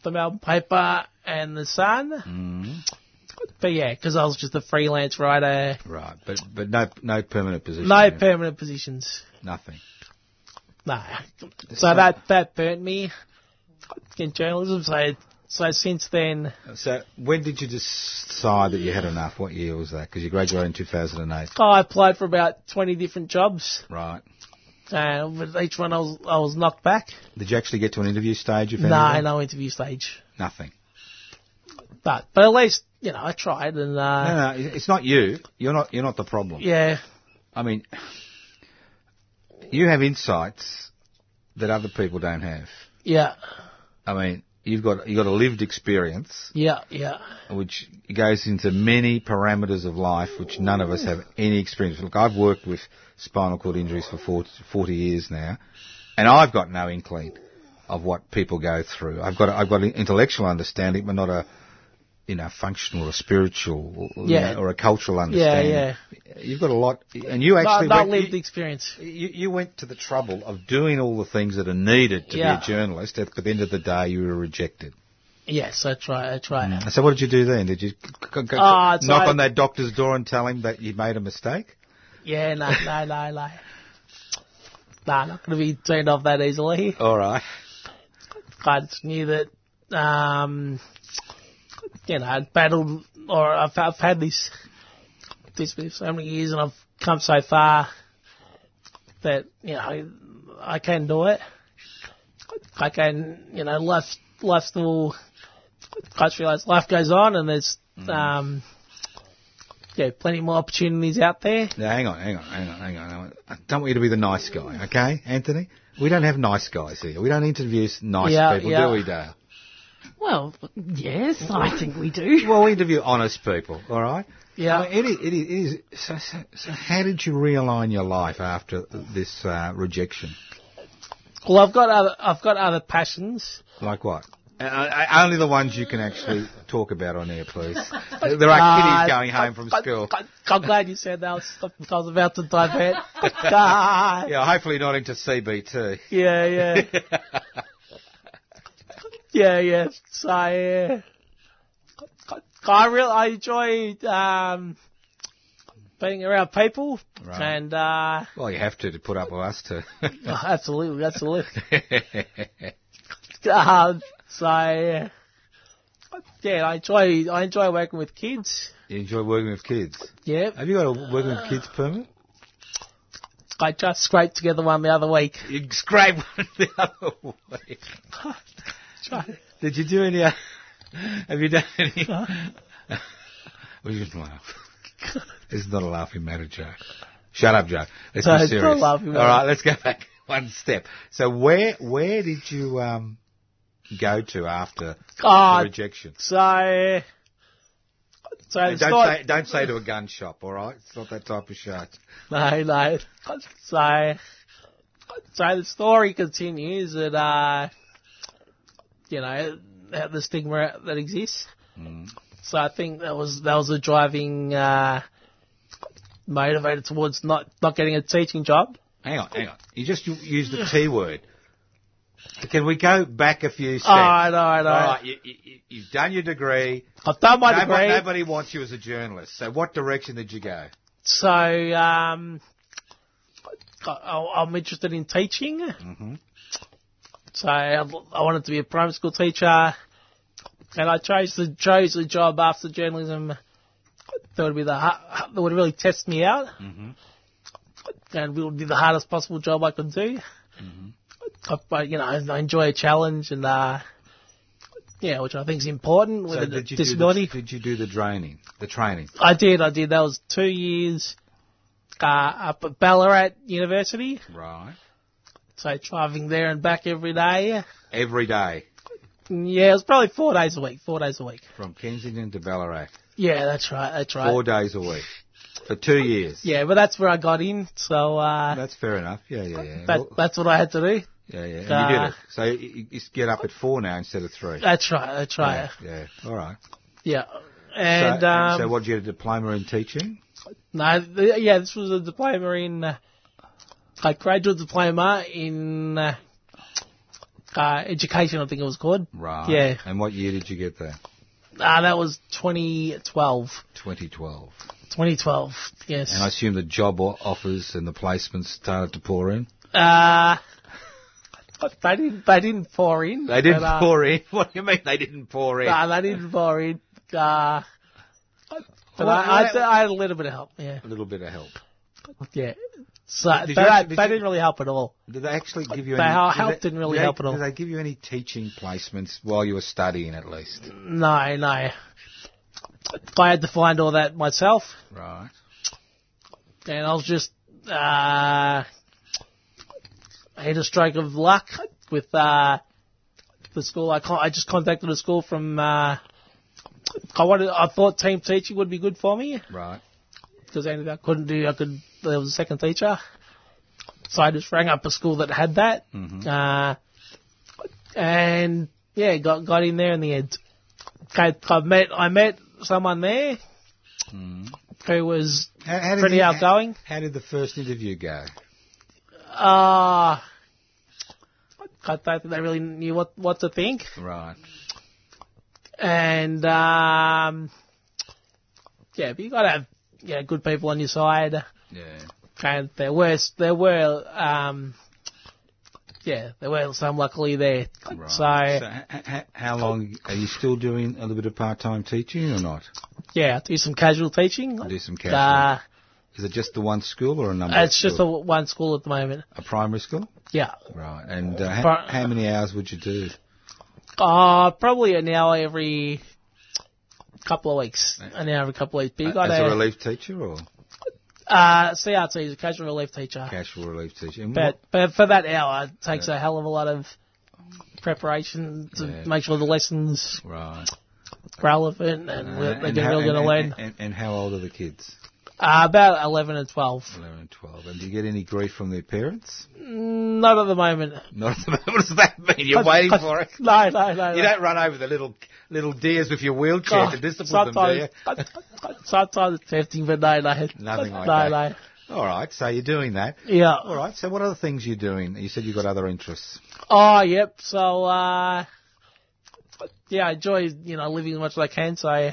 C: the Melbourne Paper and the Sun. But yeah, because I was just a freelance writer,
A: Right, but but no no permanent position.
C: no
A: there.
C: permanent positions.
A: nothing.
C: No, so that that burnt me in journalism. So so since then,
A: So when did you decide that you had enough? What year was that? Because you graduated in two thousand and eight,
C: oh, I applied for about twenty different jobs,
A: right?
C: and with each one I was I was knocked back.
A: Did you actually get to an interview stage? If
C: No,
A: anything?
C: no interview stage.
A: nothing.
C: But but at least you know I tried and uh,
A: No, no, it's not you. You're not. You're not the problem.
C: yeah.
A: I mean, you have insights that other people don't have.
C: Yeah,
A: I mean, you've got you've got a lived experience
C: yeah, yeah,
A: which goes into many parameters of life which none of us have any experience. Look, I've worked with spinal cord injuries for 40, 40 years now, and I've got no inkling of what people go through. I've got I've got an intellectual understanding, but not a you know functional or spiritual you
C: Yeah.
A: know, or a cultural
C: yeah,
A: understanding.
C: yeah.
A: You've got a lot, and you actually
C: Not, not
A: went-
C: lived experience.
A: you, you went to the trouble of doing all the things that are needed to
C: Yeah.
A: be a journalist. At the end of the day, you were rejected.
C: Yes, I try, I try.
A: And So what did you do then? Did you c- c- c-
C: Ah, it's
A: knock
C: like-
A: on that doctor's door and tell him that you made a mistake?
C: Yeah, no, no, no, no. Nah, not gonna be turned off that easily.
A: All right.
C: I just knew that, um, you know, I'd battled, or I've, I've had this, this for so many years and I've come so far that you know I can do it. I can, you know, life life still. I just realised life goes on, and there's um, yeah, plenty more opportunities out there.
A: Now, hang on, hang on, hang on, hang on. I don't want you to be the nice guy, okay, Anthony? We don't have nice guys here. We don't interview s- nice
C: Yeah,
A: people,
C: yeah.
A: do we, Dale?
B: Well, yes, I think we do.
A: Well, we interview honest people, all right?
C: Yeah.
A: I mean, it, i- it, i- it is. So, so, so, how did you realign your life after this uh, rejection?
C: Well, I've got other I've got other passions.
A: Like what? Uh, uh, only the ones you can actually talk about on air, please. There are kiddies going home from
C: I-
A: school.
C: I, am glad you said that. I was, I was about to divert. God.
A: Yeah, hopefully not into CBT.
C: Yeah, yeah. yeah, yeah. So yeah. I really I enjoy um, being around people
A: Right.
C: and uh,
A: Well, you have to to put up with us too.
C: oh, absolutely, absolutely. um, so yeah. yeah, I enjoy I enjoy working with kids.
A: you enjoy working with kids.
C: Yeah,
A: Have you got a working with kids permit?
C: I just scraped together one the other week.
A: You scrape one the other way. Did you do any? uh, Have you done any? we just laugh. This is not a laughing matter, Joe. Shut up, Joe. Let's
C: No,
A: be
C: it's not a
A: serious.
C: laughing matter.
A: All right, let's go back one step. So where where did you um go to after the
C: God,
A: rejection?
C: so so
A: Don't
C: it's not-
A: say don't say to a gun shop. All right, it's not that type of shot.
C: No, no. So, so the story continues that, uh, you know, that the stigma that exists.
A: Mm.
C: So I think that was that was a driving uh, motivator towards not not getting a teaching job.
A: Hang on, hang on. You just u- used the T word. Can we go back a few steps?
C: Oh, I know, I know.
A: All right, you, you, you've done your degree.
C: I've done my
A: Nobody,
C: degree.
A: nobody wants you as a journalist. So what direction did you go?
C: So um, I, I- I'm interested in teaching.
A: Mm-hmm.
C: So I, I wanted to be a primary school teacher, and I chose the chose the job after journalism. That would be the har- that would really test me out,
A: Mm-hmm.
C: and it would be the hardest possible job I could do.
A: Mm-hmm.
C: I, but you know, I, I enjoy a challenge, and uh, yeah, which I think is important with
A: So
C: a
A: did you
C: disability.
A: Do the, did you do the training? The training.
C: I did, I did. That was two years uh, up at Ballarat University.
A: Right.
C: So driving there and back every day.
A: Every day
C: Yeah, it was probably four days a week. Four days a week.
A: from Kensington to Ballarat.
C: Yeah, that's right. That's right.
A: Four days a week. For two years.
C: yeah, but that's where I got in. So uh,
A: That's fair enough. Yeah, yeah, yeah.
C: that,
A: Well,
C: that's what I had to do.
A: yeah, yeah. And
C: uh,
A: you did it. So you, you- you get up at four now instead of three.
C: That's right. That's right.
A: yeah, yeah. All right.
C: Yeah. And
A: so,
C: um,
A: so what, you had a diploma in teaching?
C: no, th- yeah, this was a diploma in uh, a graduate diploma in uh, uh, education. I think it was called.
A: Right.
C: Yeah.
A: And what year did you get that?
C: Ah, that was 2012.
A: 2012.
C: 2012. Yes.
A: And I assume the job o- offers and the placements started to pour in?
C: Uh, they didn't. They didn't pour in.
A: They didn't
C: but, uh,
A: pour in? What do you mean they didn't pour in?
C: Nah, they didn't pour in. Uh, but
A: Well,
C: I, I,
A: well,
C: I had a little bit of help. Yeah,
A: a little bit of help.
C: yeah. So
A: Did you
C: but
A: actually-
C: they,
A: did
C: they
A: you-
C: didn't really help at all.
A: Did they actually give you
C: They
A: any...
C: hel-
A: did
C: help
A: they-
C: didn't really
A: did they-
C: help at all.
A: Did they give you any teaching placements while you were studying at least?
C: No, no. I had to find all that myself,
A: Right.
C: and I was just uh, I had a stroke of luck with uh, the school. I con- I just contacted a school from. Uh, I wanted. I thought team teaching would be good for me.
A: Right.
C: because anything I couldn't do, I could. There was a second teacher, so I just rang up a school that had that, uh, and yeah, got got in there in the end. I, I met I met someone there who was
A: How, how did
C: pretty
A: you-
C: outgoing.
A: How, did the first interview go?
C: Uh, I don't think they really knew what what to think,
A: Right.
C: and um, yeah, but you gotta have yeah good people on your side.
A: Yeah.
C: and there were there were um yeah there were some luckily there
A: Right.
C: so
A: h- h- h- how long... Are you still doing a little bit of part-time teaching or not?
C: yeah I do some casual teaching
A: Do some
C: uh,
A: counselling. Is it just the one school or a number? of
C: It's just a
A: schools?
C: w- one school at the moment.
A: a primary school.
C: Yeah.
A: Right. And uh, ho-
C: Pri-
A: how many hours would you do?
C: Uh, probably an hour every couple of weeks. An hour every couple of weeks. But you got
A: As a
C: a,
A: relief teacher or
C: uh, CRT is a casual relief teacher.
A: casual relief teacher? And
C: But, but for that hour, it takes a hell of a lot of preparation to
A: Yeah.
C: make sure the lessons
A: what- right.
C: relevant and what they're
A: Uh, and
C: really
A: how-
C: going to
A: and-
C: learn.
A: And, and how old are the kids?
C: Uh, about 11 and 12.
A: 11 and 12. And do you get any grief from their parents?
C: Not at the moment.
A: Not at the moment. What does that mean? You're waiting for it.
C: No, no, no.
A: You
C: no.
A: don't run over the little little deers with your wheelchair
C: Oh,
A: to discipline them, do
C: sometimes,
A: you?
C: sometimes it's tempting, but no, no.
A: Nothing like
C: no,
A: that. All right, so you're doing that.
C: No, Yeah.
A: All right, so what other things you're doing? You said you've got other interests.
C: Oh, yep. So, uh, yeah, I enjoy, you know, living as much as I can. So, uh,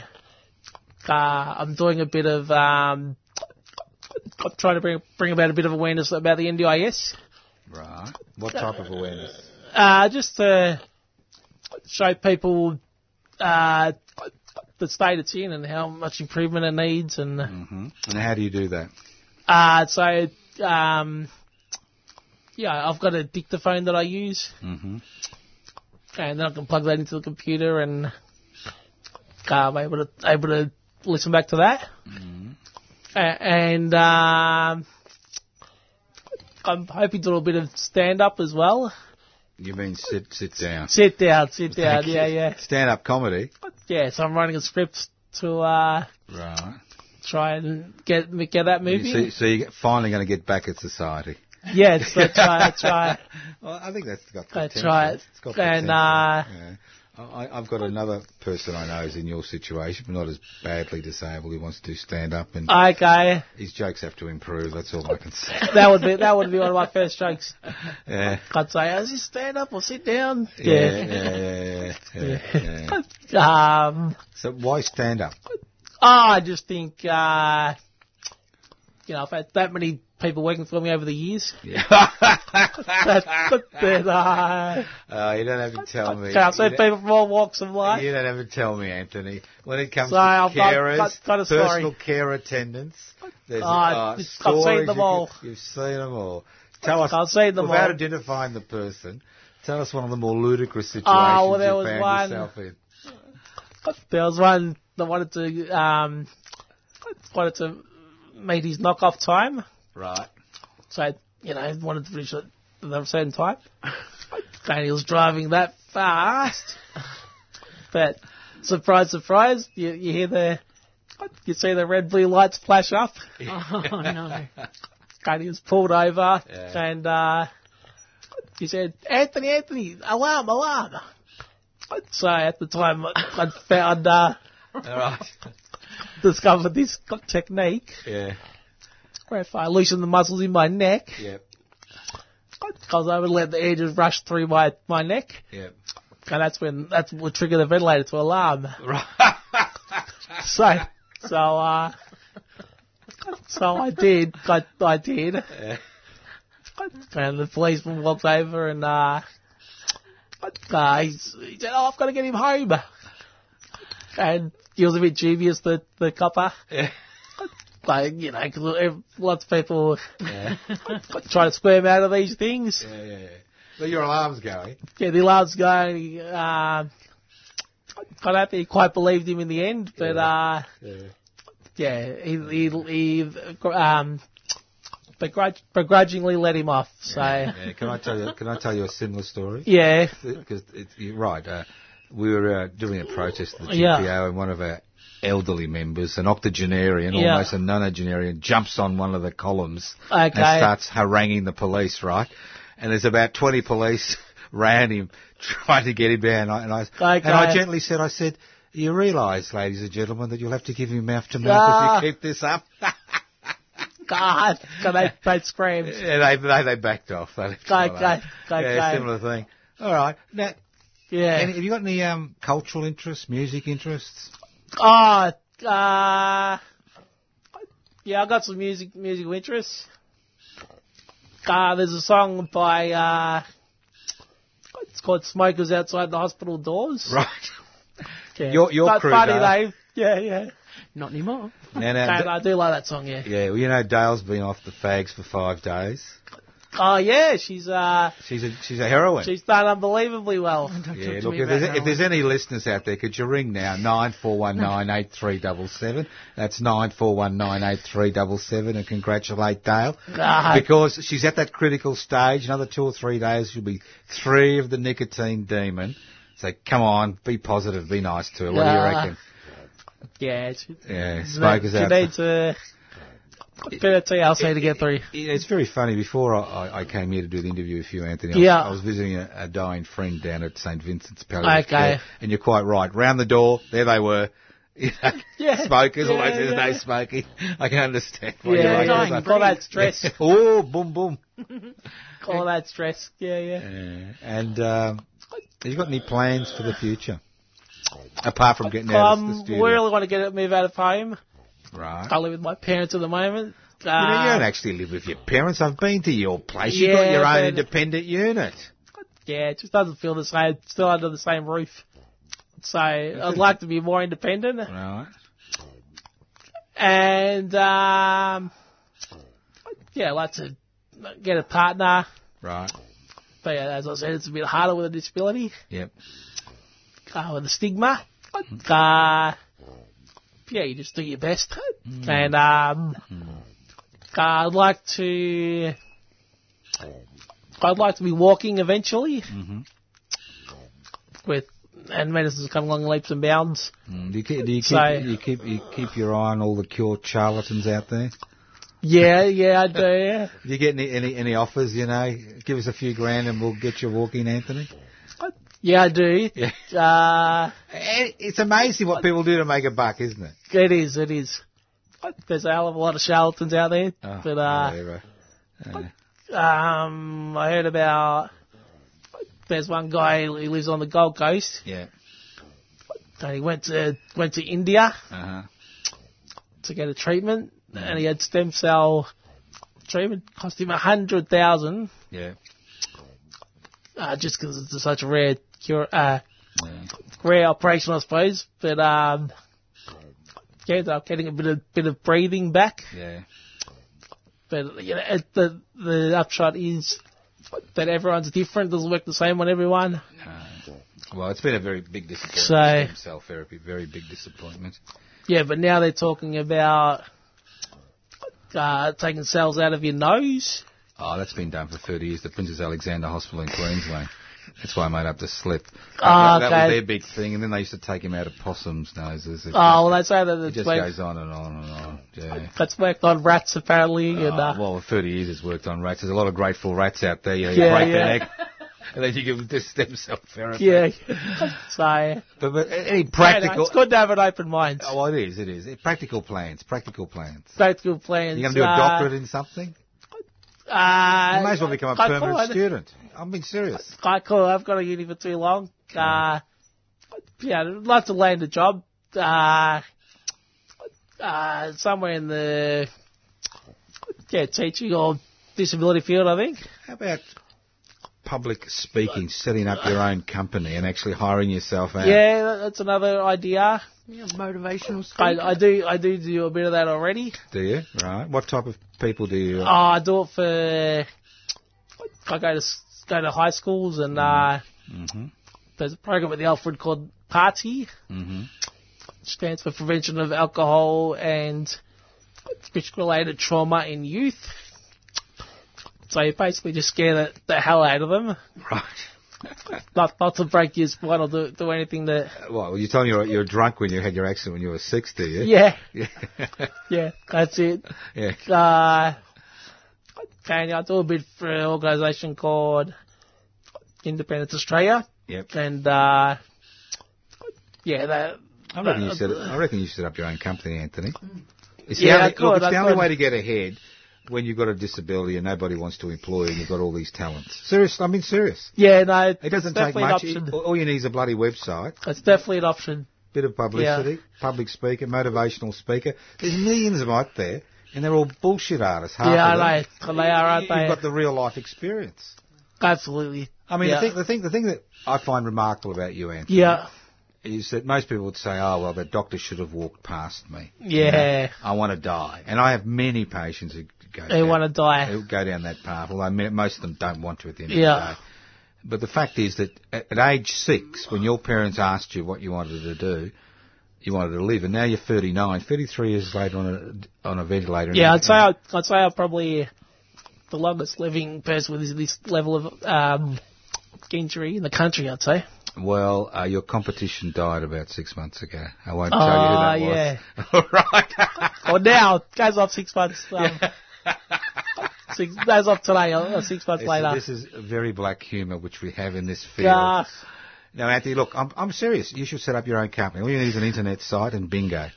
C: I'm doing a bit of, um, I'm trying to bring, bring about a bit of awareness about the NDIS.
A: Right. What type of awareness?
C: Uh, just to show people, uh, the state it's in and how much improvement it needs and,
A: hmm And how do you do that?
C: Uh, so, um, yeah, I've got a dictaphone that I use,
A: Mm-hmm.
C: and then I can plug that into the computer, and um, I'm able to able to listen back to that.
A: Mm-hmm.
C: A- and um, I'm hoping to do a bit of stand up as well.
A: You mean sit sit down?
C: Sit down, sit down,
A: Thank you.
C: yeah, yeah,
A: Stand up comedy.
C: yeah. So I'm writing a script to uh,
A: Right.
C: try and get get that movie.
A: So, so you're finally going to get back at society.
C: Yeah, so I try, I try.
A: Well, I think that's got
C: That's
A: potential.
C: right.
A: It's got
C: And,
A: potential.
C: uh,
A: yeah. I, I- I've got another person I know is in your situation, but not as badly disabled. He wants to do stand up,
C: Uh,
A: and
C: Okay,
A: his jokes have to improve. That's all I can say.
C: that would be that would be one of my first jokes.
A: Yeah.
C: I'd say, "Oh, is he stand up or sit down?
A: Yeah, yeah, yeah, yeah, yeah, yeah.
C: Um,
A: So why stand up?
C: oh, I just think, uh, you know, I've had that many people working for me over the years. That, that, uh,
A: Oh, you don't have to tell me.
C: okay, I've
A: You
C: seen
A: don't-
C: people from all walks of life.
A: You don't have to tell me, Anthony. When it comes
C: eh? So
A: to
C: I've got-
A: carers,
C: got- got a story.
A: personal care attendants, there's
C: Oh,
A: uh,
C: I've seen
A: stories
C: them
A: you
C: all.
A: could- You've seen them all. Tell us
C: I've seen them
A: without
C: all.
A: identifying the person. Tell us one of the more ludicrous situations
C: Oh, well, there
A: you
C: was
A: found
C: one-
A: yourself in.
C: There was one that wanted to, um, wanted to meet his knockoff time.
A: Right.
C: So, you know, wanted to finish it at a certain time. and he was driving that fast. But, surprise, surprise, you, you hear the, you see the red blue lights flash up.
B: Oh, no.
C: And he was pulled over.
A: Yeah.
C: And, uh, he said, Anthony, Anthony, alarm, alarm. So at the time, I would found, uh,
A: All right.
C: discovered this technique
A: Yeah.
C: where if I loosen the muscles in my neck,
A: Yep.
C: because I would let the air just rush through my, my neck.
A: Yep.
C: And that's when that will trigger the ventilator to alarm.
A: Right.
C: So, so, uh, so I did. I, I did. And the policeman walked over and, uh, uh, he's, he said, oh, I've got to get him home. And he was a bit dubious, the, the copper.
A: Yeah.
C: Like, you know, 'cause ev- lots of people
A: Yeah.
C: try to squirm out of these things.
A: Yeah, yeah, yeah. So your alarm's going.
C: Yeah, the last guy, he, uh, I don't think he quite believed him in the end, but
A: Yeah.
C: uh,
A: Yeah.
C: yeah, he, he, he um, begrudge, begrudgingly let him off. So yeah,
A: Yeah, Can I tell you? Can I tell you a similar story?
C: yeah,
A: because you're right. Uh, we were uh, doing a protest at the GPO,
C: Yeah.
A: and one of our elderly members, an octogenarian,
C: Yeah.
A: almost a nonagenarian, jumps on one of the columns and
C: Okay.
A: starts haranguing the police. Right, and there's about twenty police around him trying to get him down. And I, and I, and I
C: Okay.
A: gently said, I said. You realise, ladies and gentlemen, that you'll have to give him mouth to mouth
C: Ah.
A: if you keep this up.
C: God, God, they, they screamed.
A: Yeah, they, they, they backed off. They left
C: Go,
A: him alone.
C: go, go,
A: yeah,
C: go.
A: similar thing. All right. Now, Any,
C: Yeah.
A: have you got any um, cultural interests, music interests?
C: Oh, uh, yeah, I got some music, musical interests. Uh, there's a song by, uh, it's called Smokers Outside the Hospital Doors.
A: Right.
C: Yeah.
A: Your- your
C: But
A: crew
C: funny
A: does.
C: though. Yeah, yeah.
B: Not anymore.
A: Now, now,
C: And I do like that song, yeah.
A: yeah, well, you know Dale's been off the fags for five days.
C: Oh yeah, she's uh,
A: She's a she's a heroine.
C: she's done unbelievably well.
B: Don't talk
A: yeah,
B: to
A: look,
B: me
A: if
B: about
A: there's,
B: that
A: if there's any listeners out there, could you ring now? 94198377. That's 94198377 and congratulate Dale.
C: Ah,
A: Because she's at that critical stage. Another two or three days, she'll be three of the nicotine demon. So come on, be positive, be nice to her. What do you
C: Ah.
A: reckon?
C: yeah, she,
A: Yeah, smokers
C: she
A: out.
C: needs a bit of TLC to get through.
A: Yeah, it's very funny. Before I- I, I came here to do the interview with you, Anthony, I,
C: Yeah.
A: was, I was visiting a, a dying friend down at St Vincent's Parish.
C: Okay.
A: Care, and you're quite right. Round the door, there they were. You know,
C: Yeah.
A: Smokers, although
C: Yeah,
A: there's no
C: yeah.
A: smoking. I can understand why
C: Yeah,
A: Oh, you're
C: yeah.
B: Dying
C: call that stress.
A: oh, boom, boom.
C: Call that stress. Yeah, yeah.
A: Yeah. And um, have you got any plans for the future? Apart from getting out of the
C: Um, uh, we
A: studio.
C: really want to get it move out of home.
A: right.
C: I live with my parents at the moment. Uh,
A: you, know, you don't actually live with your parents. I've been to your place. You've got
C: Yeah,
A: your own
C: but-
A: independent unit.
C: yeah, it just doesn't feel the same. It's still under the same roof. So I'd like to be more independent.
A: Right.
C: And um, yeah, I'd like to get a partner.
A: Right.
C: But yeah, as I said, it's a bit harder with a disability.
A: Yep.
C: uh, with the stigma. Uh, yeah, you just do your best. And um, I'd like to. I'd like to be walking eventually. With and medicine's come along leaps and bounds.
A: Mm, Do you, keep, do you, keep,
C: So-
A: you keep you keep your eye on all the cured charlatans out there?
C: Yeah, yeah, I do. Yeah.
A: Do you get any, any any offers? You know, give us a few grand and we'll get you walking, Anthony.
C: Yeah, I do.
A: Yeah.
C: Uh,
A: Eh, It's amazing what people do to make a buck, isn't it?
C: it is, it is. There's a hell of a lot of charlatans out there.
A: Oh,
C: but uh,
A: whatever.
C: Um, I heard about there's one guy who lives on the Gold Coast,
A: yeah,
C: and he went to went to India
A: uh-huh.
C: to get a treatment, and he had stem cell treatment. Cost him a hundred thousand
A: yeah,
C: uh, just because it's such a rare cure, uh,
A: yeah.
C: rare operation, I suppose. But um, yeah, ended up getting a bit of bit of breathing back.
A: yeah.
C: But you know, it, the the upshot is that everyone's different, doesn't work the same on everyone.
A: Uh, Well, it's been a very big disappointment.
C: So-
A: stem cell therapy, very big disappointment.
C: Yeah, but now they're talking about uh, taking cells out of your nose.
A: Oh, that's been done for 30 years. The Princess Alexander Hospital in Queensland. That's why I made up the slip.
C: Ah,
A: that, that was
C: okay.
A: their big thing, and then they used to take him out of possums' noses. It
C: Oh, well, they say that
A: just, it
C: it's
A: just
C: worked,
A: goes on and on and on. Yeah.
C: it's worked on rats apparently, and
A: Oh,
C: uh,
A: well, for 30 years it's worked on rats. There's a lot of grateful rats out there. You, know, you
C: Yeah,
A: break their
C: yeah.
A: neck, and then you give them this stem cell therapy.
C: yeah. so
A: But, but any
C: I don't know,
A: practical...
C: it's good to have an open mind.
A: Oh, well, it is, it is. Practical plans, practical plans.
C: Practical plans.
A: You're going to do a
C: uh,
A: doctorate in something?
C: Uh,
A: You may as well become a
C: I
A: permanent
C: thought-
A: student. I'm being serious.
C: I cool. I've got a uni for too long. Uh, yeah, I'd love to land a job. Uh, uh, somewhere in the yeah teaching or disability field, I think.
A: How about public speaking, setting up your own company and actually hiring yourself out?
C: Yeah, that- that's another idea.
B: Yeah, motivational
C: I,
B: speaker.
C: I do I do do a bit of that already.
A: Do you? Right. What type of people do you...
C: Oh, I do it for I go to s- go to high schools and uh,
A: Mhm.
C: there's a program at the Alfred called Party.
A: Mhm.
C: stands for Prevention of Alcohol and Risk Related Trauma in Youth. So you basically just scare the, the hell out of them.
A: Right.
C: Not, not to break your spine or do, do anything that.
A: Well, you told me you were, you were drunk when you had your accident when you were six, do you?
C: Yeah,
A: Yeah.
C: yeah, that's it.
A: yeah.
C: Uh, and I do a bit for an organisation called Independence Australia.
A: Yep.
C: And, uh, yeah, that.
A: I reckon, you set, I reckon you set up your own company, Anthony. It's the
C: uh, Mm. Yeah,
A: only,
C: I could,
A: look, it's
C: I
A: the only
C: could.
A: way to get ahead when you've got a disability and nobody wants to employ you and you've got all these talents. Seriously, I mean serious.
C: Yeah, no.
A: It doesn't
C: it's
A: take
C: definitely an
A: much.
C: option.
A: It- all you need is a bloody website,
C: It's definitely an option.
A: bit of publicity, public speaker, motivational speaker. There's millions of them out there, and they're all bullshit artists. Half
C: yeah,
A: of them.
C: I know. Well, They are, aren't
A: You- You've
C: they?
A: got the real life experience.
C: Absolutely.
A: I mean,
C: yeah.
A: the, thing, the thing, the thing that I find remarkable about you, Anthony,
C: yeah.
A: is that most people would say, oh, well, the doctor should have walked past me.
C: Yeah.
A: I want to die. And I have many patients who go,
C: They
A: down-
C: want to die.
A: who go down that path, although me- most of them don't want to at the end of the
C: Yeah.
A: day. But the fact is that at, at age six, when your parents asked you what you wanted to do, you wanted to live, and now you're 39, 33 years later on a, on a ventilator. and-
C: Yeah, I'd say I, I'd say I'm probably the longest living person with this, this level of um, injury in the country. I'd say.
A: Well, uh, your competition died about six months ago. I won't tell
C: Ah,
A: you who that
C: yeah.
A: was. All right.
C: Or now, goes off six months. Um, six days off today, or or six months
A: This-
C: later.
A: This is very black humour which we have in this field.
C: yeah,
A: Now, Anthony, look, I'm, I'm serious. You should set up your own company. All you need is an internet site and bingo.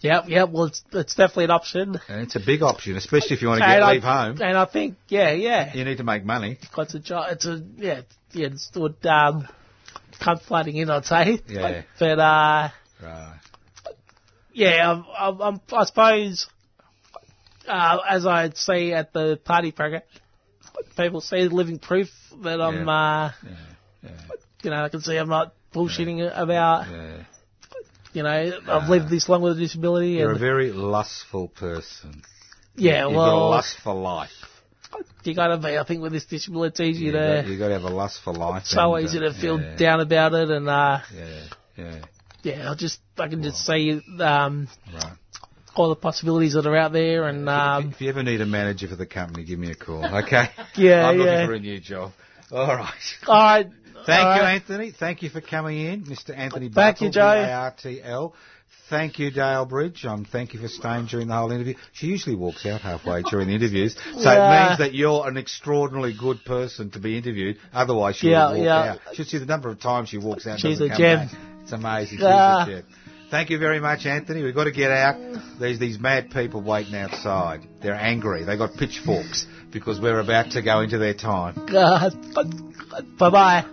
C: yeah, yeah. Well, it's, it's definitely an option.
A: And it's a big option, especially if you want to
C: and
A: get,
C: I,
A: leave home.
C: And I think, yeah, yeah.
A: You need to make money.
C: It's a job. It's a yeah, yeah. It's would um, come flooding in. I'd say.
A: Yeah.
C: But uh,
A: Right.
C: yeah, I'm, I'm, I'm, I suppose uh, as I see at the party program, people see living proof that I'm,
A: Yeah.
C: uh,
A: Yeah.
C: you know, I can see I'm not bullshitting about,
A: Yeah.
C: you know, I've lived this long with a disability,
A: You're a
C: and
A: very lustful person.
C: yeah,
A: You've got a
C: well,
A: lust for life.
C: you gotta be. I think with this disability, it's easy
A: You've
C: to.
A: got, you got to have a lust for life.
C: so
A: and, uh,
C: easy to feel
A: yeah,
C: down about it, and uh,
A: Yeah, yeah,
C: yeah, I just I can just see um,
A: right.
C: all the possibilities that are out there, and um,
A: if you ever need a manager for the company, give me a call, okay?
C: yeah,
A: I'm looking
C: yeah.
A: for a new job. All right.
C: All right,
A: Thank
C: all
A: you,
C: right.
A: Anthony. Thank you for coming in, Mr. Anthony
C: Thank
A: Bartle,
C: you, Joe.
A: B-A-R-T-L. Thank you, Dale Bridge. Um, thank you for staying during the whole interview. She usually walks out halfway during the interviews, so it
C: Yeah.
A: means that you're an extraordinarily good person to be interviewed. Otherwise, she
C: Yeah,
A: would walk
C: yeah.
A: out. You Should see the number of times she walks out. and
C: She's
A: doesn't
C: a
A: come
C: gem.
A: back. It's amazing. She's
C: Ah.
A: a gem. Thank you very much, Anthony. We've got to get out. There's these mad people waiting outside. They're angry. They got pitchforks because we're about to go into their time.
C: bye bye.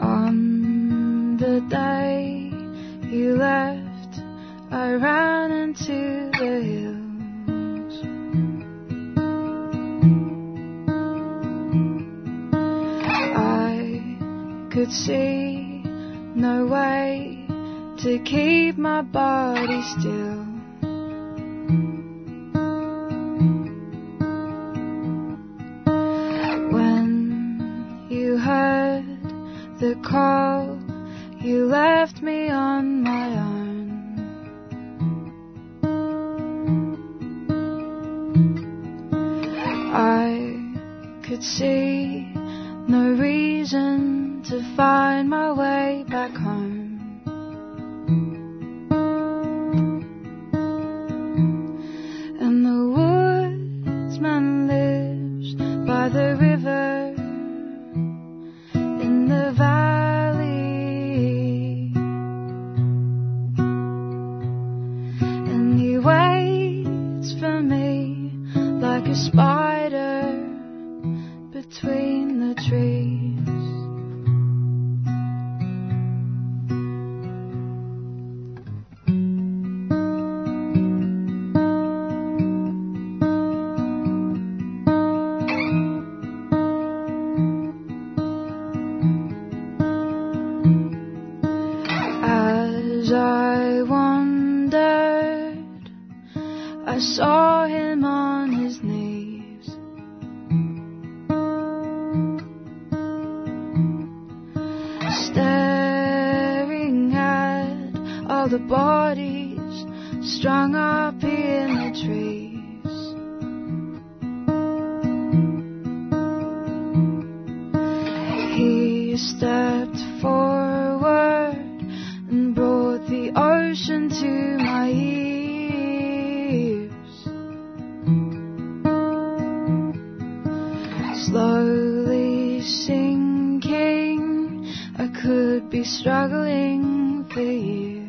D: On the day you left, I ran into the hills. I could see no way to keep my body still. When you heard the call. You left me on my own. I could see no reason to find my way back home. And the woodsman lives by the river in the valley. And he waits for me like a spider between the trees. As I wandered, I saw him on his knees. Staring at all the bodies strung up in the trees. He stepped forward and brought the ocean to my ears. Slowly sinking, I could be struggling for years.